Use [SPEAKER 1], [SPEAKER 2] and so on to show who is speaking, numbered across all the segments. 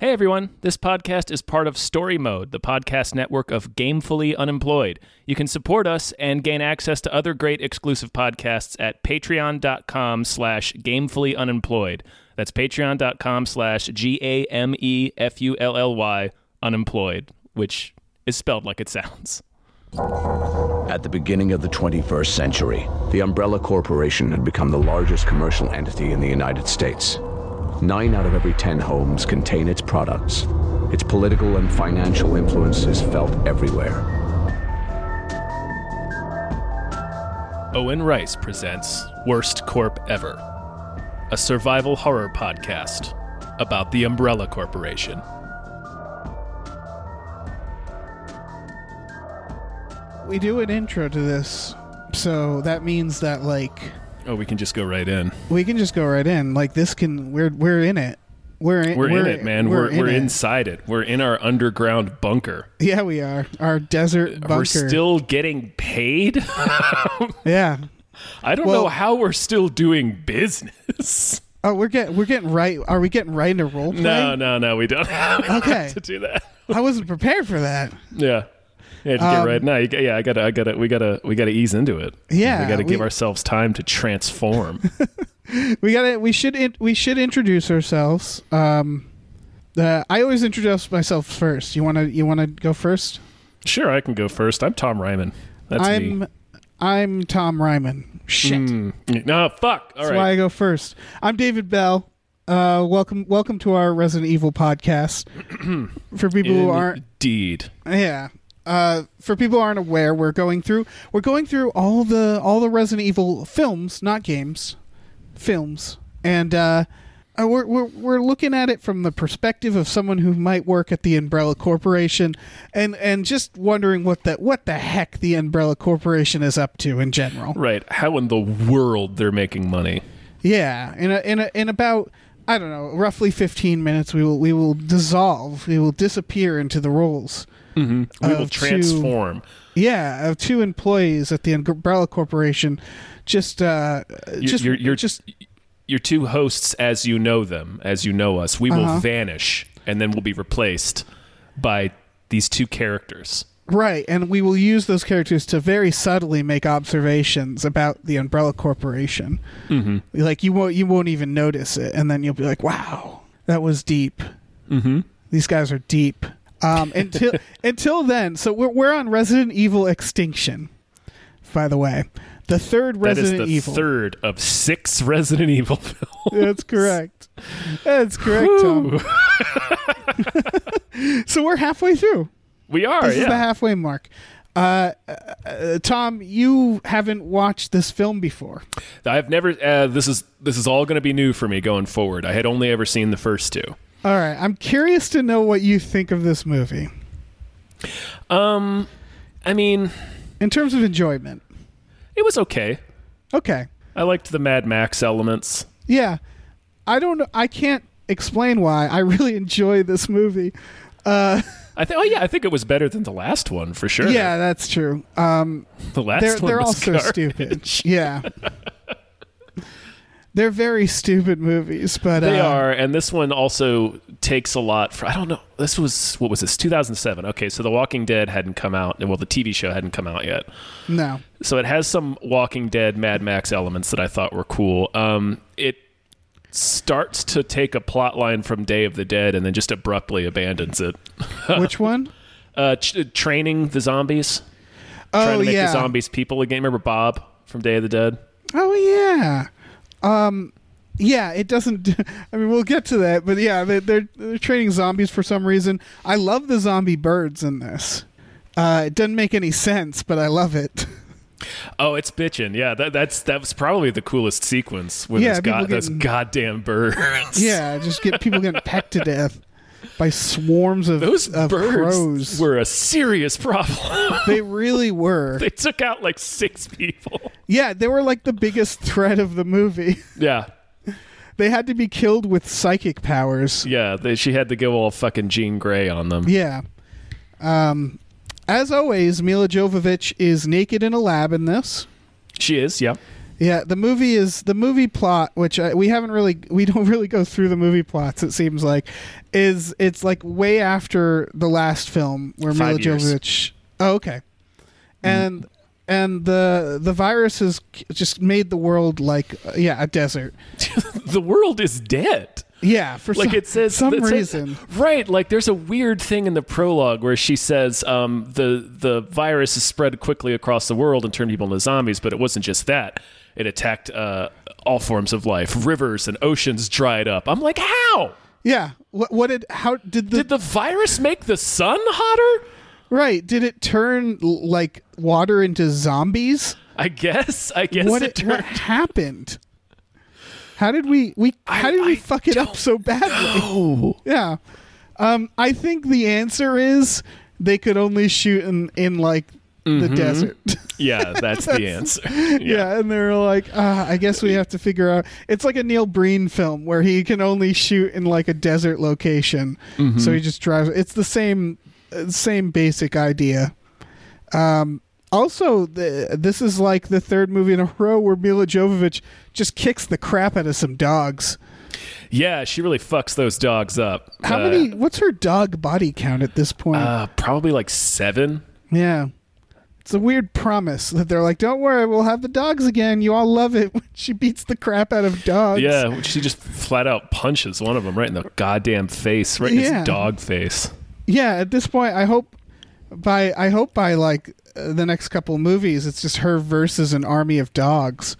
[SPEAKER 1] Hey everyone, this podcast is part of Story Mode, the podcast network of Gamefully Unemployed. You can support us and gain access to other great exclusive podcasts at patreon.com slash gamefully unemployed. That's patreon.com slash G A M E F U L L Y unemployed, which is spelled like it sounds.
[SPEAKER 2] At the beginning of the 21st century, the Umbrella Corporation had become the largest commercial entity in the United States. Nine out of every ten homes contain its products. Its political and financial influence is felt everywhere.
[SPEAKER 1] Owen Rice presents Worst Corp Ever, a survival horror podcast about the Umbrella Corporation.
[SPEAKER 3] We do an intro to this, so that means that like
[SPEAKER 1] Oh, we can just go right in.
[SPEAKER 3] we can just go right in. Like this can we're we're in it. We're in,
[SPEAKER 1] We're, in it, man. We're, we're,
[SPEAKER 3] it.
[SPEAKER 1] inside it. We're in our underground bunker.
[SPEAKER 3] Yeah, we are. Our desert bunker.
[SPEAKER 1] We're still getting paid.
[SPEAKER 3] yeah.
[SPEAKER 1] I don't know
[SPEAKER 3] Well-
[SPEAKER 1] how we're still doing business.
[SPEAKER 3] Oh, we're getting we're getting right. Are we getting right into role play?
[SPEAKER 1] No, no, no. We don't have
[SPEAKER 3] Okay.
[SPEAKER 1] to do that.
[SPEAKER 3] I wasn't prepared for that.
[SPEAKER 1] Yeah. Yeah, just
[SPEAKER 3] Um,
[SPEAKER 1] get right now. You, g- yeah, I gotta, I gotta, we gotta, we gotta ease into it.
[SPEAKER 3] Yeah,
[SPEAKER 1] we gotta give
[SPEAKER 3] we-
[SPEAKER 1] ourselves time to transform.
[SPEAKER 3] We got to We should in, we should introduce ourselves. Um, uh, I always introduce myself first. You wanna you wanna go first?
[SPEAKER 1] sure, I can go first. I'm Tom Ryman. That's
[SPEAKER 3] I'm
[SPEAKER 1] me.
[SPEAKER 3] I'm Tom Ryman. Shit.
[SPEAKER 1] Mm, No, fuck. All
[SPEAKER 3] That's why I
[SPEAKER 1] right.
[SPEAKER 3] go first. I'm David Bell. Uh, welcome, welcome to our Resident Evil podcast. for people who aren't,
[SPEAKER 1] Indeed.
[SPEAKER 3] yeah, uh, for people who aren't aware, we're going through we're going through all the all the Resident Evil films, not games, films, and uh, uh, we're, we're we're looking at it from the perspective of someone who might work at the Umbrella Corporation, and and just wondering what the what the heck the Umbrella Corporation is up to in general.
[SPEAKER 1] Right. How in the world they're making money?
[SPEAKER 3] Yeah, in a, in a, in about I don't know, roughly fifteen minutes, we will we will dissolve, we will disappear into the roles.
[SPEAKER 1] We will
[SPEAKER 3] of two-
[SPEAKER 1] transform.
[SPEAKER 3] yeah, of two employees at the Umbrella Corporation, just uh,
[SPEAKER 1] You're,
[SPEAKER 3] just
[SPEAKER 1] you're, you're
[SPEAKER 3] just
[SPEAKER 1] your two hosts as you know them, as you know us. We
[SPEAKER 3] Uh-huh.
[SPEAKER 1] will vanish, and then we'll be replaced by these two characters.
[SPEAKER 3] right, and we will use those characters to very subtly make observations about the Umbrella Corporation. Mm-hmm. Like you won't you won't even notice it, and then you'll be like, wow, that was deep.
[SPEAKER 1] Mm-hmm.
[SPEAKER 3] These guys are deep. Um, until until then, so we're we're on Resident Evil Extinction, by the way, the third Resident
[SPEAKER 1] that is the
[SPEAKER 3] Evil.
[SPEAKER 1] third of six Resident Evil films.
[SPEAKER 3] That's correct. That's correct, Tom. so we're halfway through.
[SPEAKER 1] We are,
[SPEAKER 3] This is the
[SPEAKER 1] Oh, yeah.
[SPEAKER 3] halfway mark. Uh, uh, uh, Tom, you haven't watched this film before.
[SPEAKER 1] I've never. Uh, this is this is all going to be new for me going forward. I had only ever seen the first two.
[SPEAKER 3] All right, I'm curious to know what you think of this movie
[SPEAKER 1] Um, I mean,
[SPEAKER 3] in terms of enjoyment.
[SPEAKER 1] it was okay.
[SPEAKER 3] Okay.
[SPEAKER 1] I liked the Mad Max elements.
[SPEAKER 3] Yeah. I don't know. I can't explain why. I really enjoy this movie.
[SPEAKER 1] I think. Oh yeah, I think it was better than the last one for sure.
[SPEAKER 3] Yeah, that's true. Um,
[SPEAKER 1] the last
[SPEAKER 3] they're
[SPEAKER 1] one.
[SPEAKER 3] they're all
[SPEAKER 1] was
[SPEAKER 3] so
[SPEAKER 1] garbage.
[SPEAKER 3] stupid. Yeah. they're very stupid movies, but
[SPEAKER 1] They
[SPEAKER 3] uh,
[SPEAKER 1] are, and this one also takes a lot. For I don't know. This was what was this? 2007. Okay, so The Walking Dead hadn't come out, and well, the TV show hadn't come out yet.
[SPEAKER 3] No.
[SPEAKER 1] So it has some Walking Dead, Mad Max elements that I thought were cool. Um, it starts to take a plot line from Day of the Dead, and then just abruptly abandons it.
[SPEAKER 3] Which one?
[SPEAKER 1] Uh, ch- training the zombies, trying
[SPEAKER 3] Oh
[SPEAKER 1] to make
[SPEAKER 3] yeah.
[SPEAKER 1] the zombies people again. Remember Bob from Day of the Dead?
[SPEAKER 3] Oh yeah. Um yeah, it doesn't I mean we'll get to that, but yeah, they they're they're training zombies for some reason. I love the zombie birds in this. Uh it doesn't make any sense, but I love it.
[SPEAKER 1] Oh, it's bitching. Yeah, that, that's that was probably the coolest sequence with
[SPEAKER 3] Yeah,
[SPEAKER 1] those,
[SPEAKER 3] people
[SPEAKER 1] god, those
[SPEAKER 3] getting-
[SPEAKER 1] goddamn birds.
[SPEAKER 3] Yeah, just get people getting pecked to death by swarms of,
[SPEAKER 1] Those
[SPEAKER 3] of
[SPEAKER 1] birds
[SPEAKER 3] crows.
[SPEAKER 1] were a serious problem.
[SPEAKER 3] they really were.
[SPEAKER 1] they took out like six people.
[SPEAKER 3] Yeah, they were like the biggest threat of the movie.
[SPEAKER 1] Yeah,
[SPEAKER 3] They had to be killed with psychic powers.
[SPEAKER 1] yeah. They, she had to go all fucking Jean Grey on them.
[SPEAKER 3] Yeah. Um, as always, Mila Jovovich is naked in a lab in this.
[SPEAKER 1] She is. Yeah.
[SPEAKER 3] Yeah, the movie is the movie plot, which I, we haven't really, we don't really go through the movie plots. It seems like is it's like way after the last film where
[SPEAKER 1] Five
[SPEAKER 3] Mila
[SPEAKER 1] years. Mm-hmm.
[SPEAKER 3] Jovovich. Oh, okay, and and the the virus has k- just made the world like uh, yeah a desert.
[SPEAKER 1] The world is dead.
[SPEAKER 3] Yeah, for
[SPEAKER 1] like
[SPEAKER 3] some,
[SPEAKER 1] it says
[SPEAKER 3] some
[SPEAKER 1] it says-
[SPEAKER 3] reason.
[SPEAKER 1] right like there's a weird thing in the prologue where she says um, the the virus is spread quickly across the world and turned people into zombies but it wasn't just that it attacked uh, all forms of life rivers and oceans dried up i'm like how
[SPEAKER 3] yeah, what what did how did the
[SPEAKER 1] did the virus make the sun hotter
[SPEAKER 3] right did it turn l- like water into zombies?
[SPEAKER 1] i guess i guess
[SPEAKER 3] what,
[SPEAKER 1] it,
[SPEAKER 3] it-
[SPEAKER 1] turned
[SPEAKER 3] what happened? How did we we how did we
[SPEAKER 1] I
[SPEAKER 3] fuck it up so badly? Yeah. Um I think the answer is they could only shoot in in like the
[SPEAKER 1] Mm-hmm.
[SPEAKER 3] desert.
[SPEAKER 1] yeah that's the answer yeah,
[SPEAKER 3] yeah, and they were like, ah, I guess we have to figure out. It's like a Neil Breen film where he can only shoot in like a desert location, so he just drives. It's the same, uh, same basic idea. Um, also, the, this is like the third movie in a row where Mila Jovovich just kicks the crap out of some dogs.
[SPEAKER 1] Yeah, she really fucks those dogs up
[SPEAKER 3] How
[SPEAKER 1] Uh,
[SPEAKER 3] many? What's her dog body count at this point?
[SPEAKER 1] uh, probably like seven
[SPEAKER 3] yeah. It's a weird promise that they're like, "Don't worry, we'll have the dogs again. You all love it when she beats the crap out of dogs."
[SPEAKER 1] Yeah, which she just flat out punches one of them right in the goddamn face, right in
[SPEAKER 3] Yeah.
[SPEAKER 1] his dog face.
[SPEAKER 3] yeah at this point i hope by i hope by like uh, the next couple movies it's just her versus an army of dogs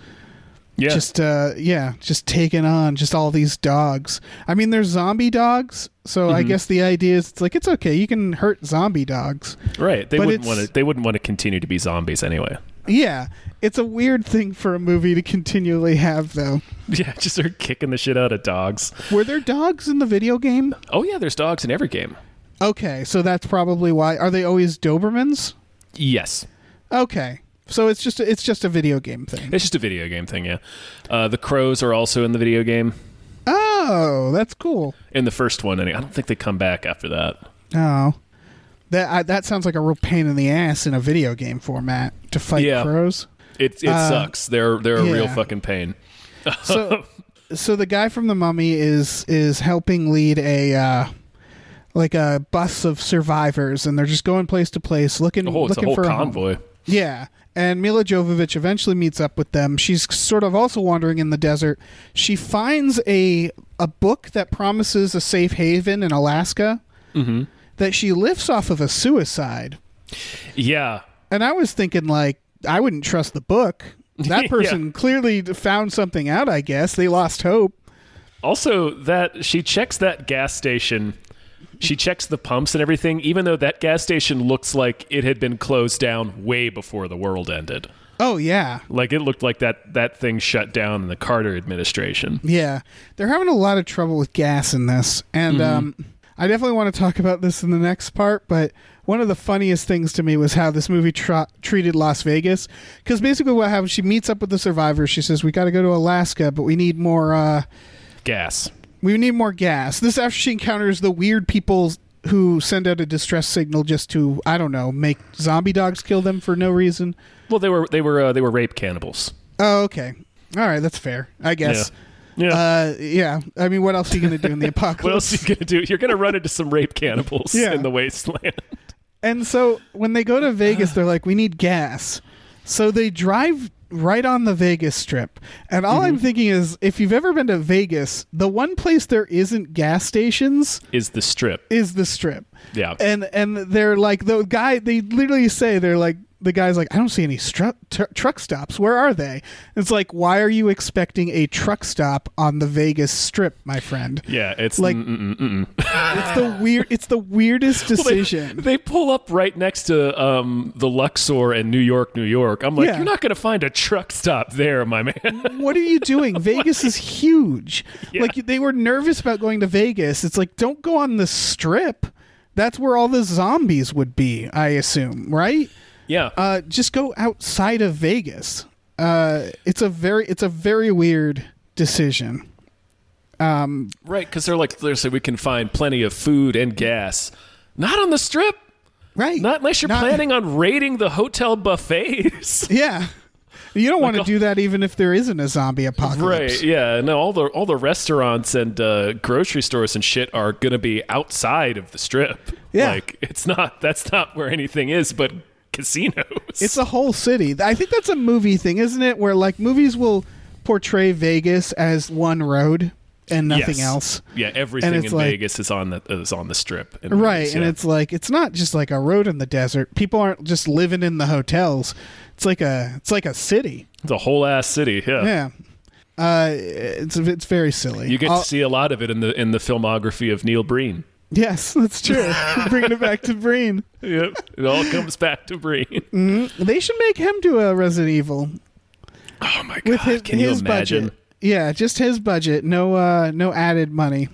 [SPEAKER 1] Yeah,
[SPEAKER 3] just uh yeah just taking on just all these dogs i mean they're zombie dogs so i guess the idea is it's like it's okay you can hurt zombie dogs
[SPEAKER 1] right. They
[SPEAKER 3] but
[SPEAKER 1] wouldn't
[SPEAKER 3] it's-
[SPEAKER 1] want to. They wouldn't want to continue to be zombies anyway.
[SPEAKER 3] yeah it's a weird thing for a movie to continually have though
[SPEAKER 1] Yeah, just her kicking the shit out of dogs.
[SPEAKER 3] were there dogs in the video game
[SPEAKER 1] Oh yeah, there's dogs in every game.
[SPEAKER 3] okay so that's probably why are they always dobermans
[SPEAKER 1] Yes,
[SPEAKER 3] okay so it's just it's just a video game thing
[SPEAKER 1] it's just a video game thing. Yeah, uh, the crows are also in the video game
[SPEAKER 3] oh that's cool
[SPEAKER 1] in the first one, and I don't think they come back after that.
[SPEAKER 3] Oh, that I, that sounds like a real pain in the ass in a video game format to fight
[SPEAKER 1] Yeah.
[SPEAKER 3] crows.
[SPEAKER 1] It it sucks. They're they're a real
[SPEAKER 3] Uh, yeah.
[SPEAKER 1] fucking pain.
[SPEAKER 3] So, so the guy from the Mummy is is helping lead a uh, like a bus of survivors, and they're just going place to place looking
[SPEAKER 1] Oh, it's a
[SPEAKER 3] looking
[SPEAKER 1] whole
[SPEAKER 3] for home.
[SPEAKER 1] convoy.
[SPEAKER 3] Yeah. And Mila Jovovich eventually meets up with them. She's sort of also wandering in the desert. She finds a a book that promises a safe haven in Alaska
[SPEAKER 1] Mm-hmm.
[SPEAKER 3] that she lifts off of a suicide.
[SPEAKER 1] Yeah,
[SPEAKER 3] And I was thinking, like, I wouldn't trust the book. That person clearly found something out, I guess. They lost hope.
[SPEAKER 1] Also, that she checks that gas station. She checks the pumps and everything, even though that gas station looks like it had been closed down way before the world ended.
[SPEAKER 3] Oh, yeah.
[SPEAKER 1] Like it looked like that that thing shut down in the Carter administration.
[SPEAKER 3] Yeah. They're having a lot of trouble with gas in this. And um, I definitely want to talk about this in the next part. But one of the funniest things to me was how this movie tra- treated Las Vegas. Because basically, what happens, she meets up with the survivors. She says, We got to go to Alaska, but we need more. Uh,
[SPEAKER 1] Gas.
[SPEAKER 3] We need more gas. This after she encounters the weird people who send out a distress signal just to I don't know make zombie dogs kill them for no reason.
[SPEAKER 1] Well, they were they were uh, they were rape cannibals.
[SPEAKER 3] Oh, okay. All right, that's fair. I guess.
[SPEAKER 1] Yeah. Yeah.
[SPEAKER 3] Uh, yeah. I mean, what else are you gonna do in the apocalypse?
[SPEAKER 1] what else are you gonna do? You're gonna run into some rape cannibals
[SPEAKER 3] Yeah.
[SPEAKER 1] in the wasteland.
[SPEAKER 3] And so when they go to Vegas, they're like, we need gas. So they drive right on the Vegas Strip. And all I'm thinking is, if you've ever been to Vegas, the one place there isn't gas stations
[SPEAKER 1] Is the strip?
[SPEAKER 3] is the Strip.
[SPEAKER 1] Yeah.
[SPEAKER 3] and and they're like the guy they literally say they're like the guy's like i don't see any stru- tr- truck stops where are they it's like why are you expecting a truck stop on the vegas strip my friend
[SPEAKER 1] yeah. It's
[SPEAKER 3] like-
[SPEAKER 1] like mm-mm, mm-mm.
[SPEAKER 3] it's the weird it's the weirdest
[SPEAKER 1] Well, they-
[SPEAKER 3] decision
[SPEAKER 1] They, pull up right next to um, the Luxor and New York, New York. I'm like,
[SPEAKER 3] Yeah.
[SPEAKER 1] you're not going to find a truck stop there, my man.
[SPEAKER 3] what are you doing vegas is huge like they were nervous about going to vegas it's like don't go on the strip that's where all the zombies would be i assume right
[SPEAKER 1] yeah.
[SPEAKER 3] uh, just go outside of Vegas. Uh, it's a very it's a very weird decision.
[SPEAKER 1] right. Because they're like, they're saying we can find plenty of food and gas. Not on the strip.
[SPEAKER 3] Right.
[SPEAKER 1] Not unless you're
[SPEAKER 3] Not-
[SPEAKER 1] planning on raiding the hotel buffets.
[SPEAKER 3] Yeah. You don't want to do that even if there isn't a zombie apocalypse.
[SPEAKER 1] Right. Yeah. No. All the all the restaurants and uh, grocery stores and shit are gonna be outside of the strip.
[SPEAKER 3] Yeah.
[SPEAKER 1] Like it's not. That's not where anything is. But casinos.
[SPEAKER 3] It's a whole city. I think that's a movie thing, isn't it? Where like movies will portray Vegas as one road and nothing
[SPEAKER 1] Yes.
[SPEAKER 3] else.
[SPEAKER 1] Yeah. Everything
[SPEAKER 3] it's
[SPEAKER 1] in
[SPEAKER 3] like-
[SPEAKER 1] Vegas is on the is on the strip. in
[SPEAKER 3] Right.
[SPEAKER 1] Vegas,
[SPEAKER 3] And
[SPEAKER 1] yeah.
[SPEAKER 3] it's like it's not just like a road in the desert. People aren't just living in the hotels. It's like a it's like a city.
[SPEAKER 1] It's a whole ass city. Yeah.
[SPEAKER 3] Yeah. Uh, it's it's very silly.
[SPEAKER 1] Oh. You get
[SPEAKER 3] I'll-
[SPEAKER 1] to see a lot of it in the in the filmography of Neil Breen.
[SPEAKER 3] yes, that's true. Bringing it back to Breen.
[SPEAKER 1] Yep. It all comes back to Breen.
[SPEAKER 3] Mm. They should make him do a Resident Evil
[SPEAKER 1] Oh my god.
[SPEAKER 3] with his,
[SPEAKER 1] Can
[SPEAKER 3] his
[SPEAKER 1] you imagine?
[SPEAKER 3] budget. Yeah, just his budget. No, uh, no added money.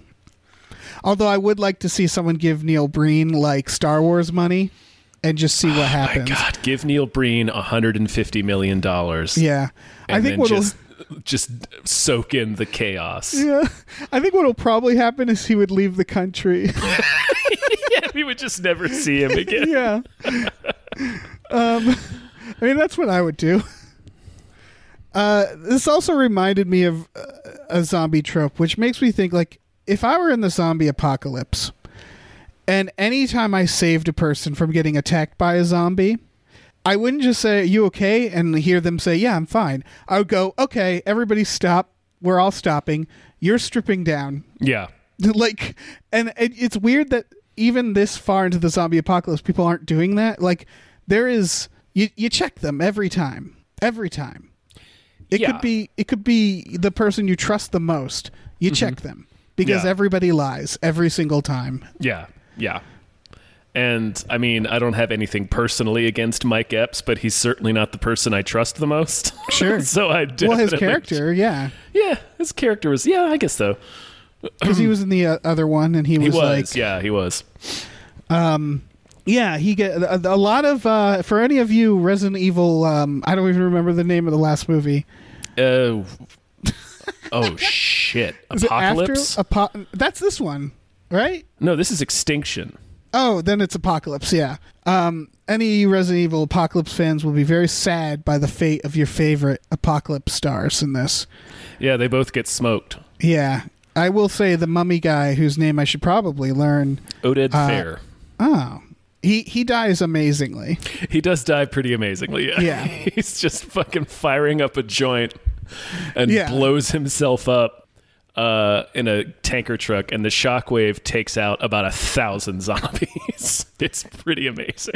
[SPEAKER 3] Although I would like to see someone give Neil Breen like Star Wars money, and just see what
[SPEAKER 1] Oh My
[SPEAKER 3] happens.
[SPEAKER 1] God, give Neil Breen 150 million dollars.
[SPEAKER 3] Yeah, I
[SPEAKER 1] and
[SPEAKER 3] think
[SPEAKER 1] then
[SPEAKER 3] what'll
[SPEAKER 1] just just soak in the chaos.
[SPEAKER 3] yeah, I think what'll probably happen is he would leave the country.
[SPEAKER 1] we would just never see him again.
[SPEAKER 3] yeah. Um, I mean, that's what I would do. Uh, this also reminded me of uh, a zombie trope, which makes me think like if I were in the zombie apocalypse, and anytime I saved a person from getting attacked by a zombie, I wouldn't just say, you okay? And hear them say, Yeah, I'm fine. I would go, Okay, everybody stop. We're all stopping. You're stripping down
[SPEAKER 1] Yeah.
[SPEAKER 3] like and it, it's weird that even this far into the zombie apocalypse people aren't doing that like there is you, you check them every time every time it
[SPEAKER 1] Yeah.
[SPEAKER 3] could be it could be the person you trust the most
[SPEAKER 1] Mm-hmm.
[SPEAKER 3] you check them because
[SPEAKER 1] Yeah.
[SPEAKER 3] everybody lies every single time
[SPEAKER 1] Yeah. Yeah. And I mean, I don't have anything personally against Mike Epps, but he's certainly not the person I trust the most.
[SPEAKER 3] Sure.
[SPEAKER 1] so I
[SPEAKER 3] well his
[SPEAKER 1] definitely-
[SPEAKER 3] character yeah
[SPEAKER 1] Yeah, his character was. Yeah, I guess so.
[SPEAKER 3] because he was in the uh, other one and he was,
[SPEAKER 1] Mm-hmm. He was.
[SPEAKER 3] like
[SPEAKER 1] yeah, he was.
[SPEAKER 3] yeah he get a, a lot of uh, for any of you resident evil um, i don't even remember the name of the last movie
[SPEAKER 1] Uh, oh shit!
[SPEAKER 3] Is it After-
[SPEAKER 1] Apocalypse?
[SPEAKER 3] Apo- that's this one right
[SPEAKER 1] no, this is Extinction.
[SPEAKER 3] Oh, then it's Apocalypse, yeah. Um, any Resident Evil Apocalypse fans will be very sad by the fate of your favorite Apocalypse stars in this.
[SPEAKER 1] Yeah, they both get smoked.
[SPEAKER 3] Yeah. I will say the mummy guy, whose name I should probably learn.
[SPEAKER 1] Oded
[SPEAKER 3] Uh,
[SPEAKER 1] Fair.
[SPEAKER 3] Oh. He, he dies amazingly.
[SPEAKER 1] He does die pretty amazingly. Yeah.
[SPEAKER 3] Yeah.
[SPEAKER 1] He's just fucking firing up a joint and
[SPEAKER 3] Yeah.
[SPEAKER 1] blows himself up uh, in a tanker truck, and the shockwave takes out about a thousand zombies. it's pretty amazing.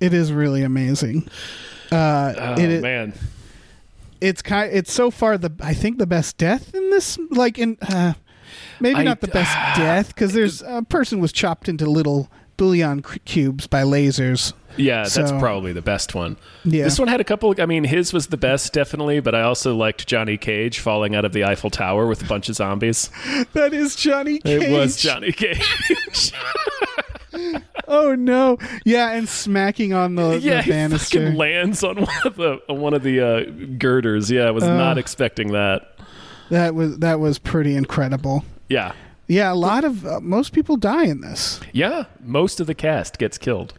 [SPEAKER 3] It is really amazing. Uh,
[SPEAKER 1] Oh,
[SPEAKER 3] It is-
[SPEAKER 1] man.
[SPEAKER 3] It's kind. It's so far the I think the best death in this. Like in uh, maybe
[SPEAKER 1] I- uh,
[SPEAKER 3] not the best death because there's a person was chopped into little bouillon cu- cubes by lasers.
[SPEAKER 1] Yeah, that's
[SPEAKER 3] So-
[SPEAKER 1] probably the best one.
[SPEAKER 3] Yeah.
[SPEAKER 1] This one had a couple. I mean, his was the best, definitely, but I also liked Johnny Cage falling out of the Eiffel Tower with a bunch of zombies.
[SPEAKER 3] That is Johnny. Cage.
[SPEAKER 1] It was Johnny Cage.
[SPEAKER 3] Oh no! Yeah, and smacking on the,
[SPEAKER 1] yeah,
[SPEAKER 3] the
[SPEAKER 1] he
[SPEAKER 3] banister.
[SPEAKER 1] fucking lands on one of the on one of the uh, girders. Yeah, I was
[SPEAKER 3] Uh.
[SPEAKER 1] not expecting that.
[SPEAKER 3] that was that was pretty incredible.
[SPEAKER 1] Yeah,
[SPEAKER 3] Yeah, a lot of uh, most people die in this.
[SPEAKER 1] yeah. Most of the cast gets killed.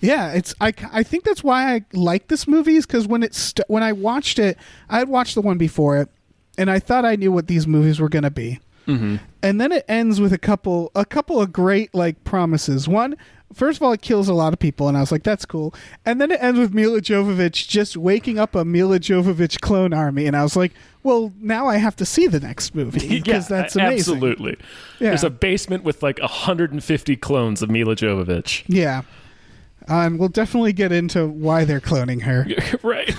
[SPEAKER 3] Yeah, it's I, I think that's why I like this movie is because when it st- when I watched it, I had watched the one before it, and I thought I knew what these movies were gonna be.
[SPEAKER 1] Mm-hmm.
[SPEAKER 3] And then it ends with a couple a couple of great like promises. One, first of all, it kills a lot of people, and I was like, that's cool. And then it ends with Mila Jovovich just waking up a Mila Jovovich clone army, and I was like, well, now I have to see the next movie
[SPEAKER 1] Yeah,
[SPEAKER 3] because that's
[SPEAKER 1] a-
[SPEAKER 3] amazing.
[SPEAKER 1] absolutely.
[SPEAKER 3] Yeah.
[SPEAKER 1] There's a basement with like 150 clones of Mila Jovovich.
[SPEAKER 3] Yeah. Uh, and we'll definitely get into why they're cloning her.
[SPEAKER 1] right.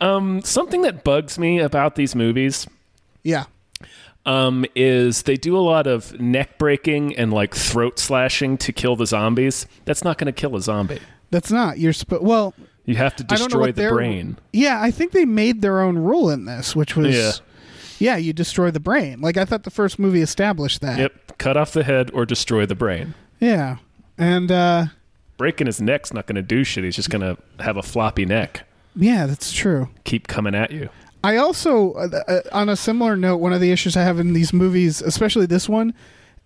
[SPEAKER 1] um, something that bugs me about these movies
[SPEAKER 3] Yeah.
[SPEAKER 1] um, is they do a lot of neck breaking and like throat slashing to kill the zombies. That's not going to kill a zombie.
[SPEAKER 3] That's not. You're supposed. Well,
[SPEAKER 1] You have to
[SPEAKER 3] I don't know
[SPEAKER 1] destroy
[SPEAKER 3] what
[SPEAKER 1] the
[SPEAKER 3] their-
[SPEAKER 1] brain.
[SPEAKER 3] yeah, I think they made their own rule in this, which was,
[SPEAKER 1] Yeah.
[SPEAKER 3] yeah, you destroy the brain. Like I thought the first movie established that.
[SPEAKER 1] Yep, cut off the head or destroy the brain.
[SPEAKER 3] Yeah, and uh,
[SPEAKER 1] Breaking his neck's not going to do shit. He's just going to have a floppy neck.
[SPEAKER 3] yeah, that's true.
[SPEAKER 1] Keep coming at you.
[SPEAKER 3] I also, uh, uh, on a similar note, one of the issues I have in these movies, especially this one,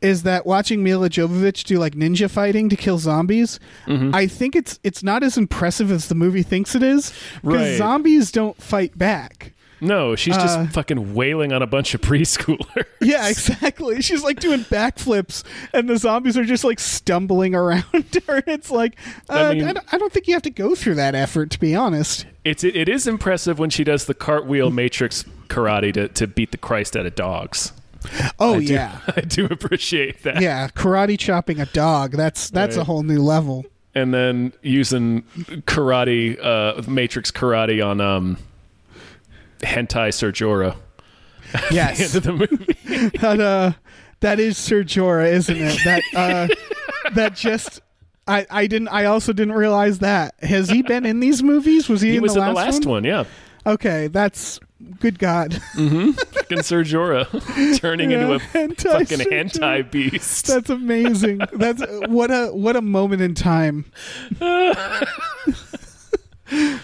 [SPEAKER 3] is that watching Mila Jovovich do like ninja fighting to kill zombies,
[SPEAKER 1] Mm-hmm.
[SPEAKER 3] I think it's it's not as impressive as the movie thinks it is because
[SPEAKER 1] Right.
[SPEAKER 3] zombies don't fight back.
[SPEAKER 1] No, she's just
[SPEAKER 3] Uh,
[SPEAKER 1] fucking wailing on a bunch of preschoolers.
[SPEAKER 3] Yeah, exactly. She's like doing backflips, and the zombies are just like stumbling around her. It's like, uh, I,
[SPEAKER 1] mean-
[SPEAKER 3] don't, I don't think you have to go through that effort, to be honest.
[SPEAKER 1] It's it is impressive when she does the cartwheel matrix karate to, to beat the Christ out of dogs.
[SPEAKER 3] Oh yeah,
[SPEAKER 1] I do appreciate that.
[SPEAKER 3] yeah. Karate chopping a dog—that's that's a
[SPEAKER 1] Right.
[SPEAKER 3] whole new level.
[SPEAKER 1] And then using karate uh, matrix karate on um hentai Serjora
[SPEAKER 3] Yes,
[SPEAKER 1] into the movie.
[SPEAKER 3] that uh that is Sir Jorah, isn't it? That uh that just I I didn't I also didn't realize that. Has he been in these movies? Was he,
[SPEAKER 1] He
[SPEAKER 3] in,
[SPEAKER 1] was
[SPEAKER 3] the,
[SPEAKER 1] in
[SPEAKER 3] last
[SPEAKER 1] the last one, yeah.
[SPEAKER 3] Okay, that's good god.
[SPEAKER 1] Fucking Serjora turning into a
[SPEAKER 3] Hentai
[SPEAKER 1] fucking
[SPEAKER 3] Ser
[SPEAKER 1] hentai beast.
[SPEAKER 3] that's amazing. That's uh, what a what a moment in time.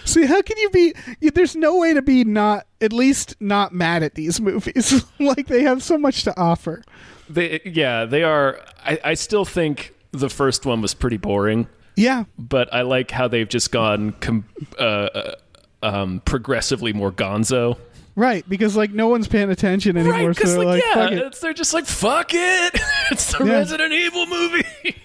[SPEAKER 3] See, how can you be you- there's no way to be not at least not mad at these movies. like they have so much to offer.
[SPEAKER 1] They, yeah, they are. I, I still think the first one was pretty boring.
[SPEAKER 3] Yeah.
[SPEAKER 1] but I like how they've just gone com- uh, uh, um, progressively more gonzo.
[SPEAKER 3] Right, because like no one's paying attention anymore, so
[SPEAKER 1] because
[SPEAKER 3] they're
[SPEAKER 1] like,
[SPEAKER 3] like,
[SPEAKER 1] yeah,
[SPEAKER 3] fuck it.
[SPEAKER 1] it's, they're just like fuck it. it's the
[SPEAKER 3] Yeah.
[SPEAKER 1] Resident Evil movie.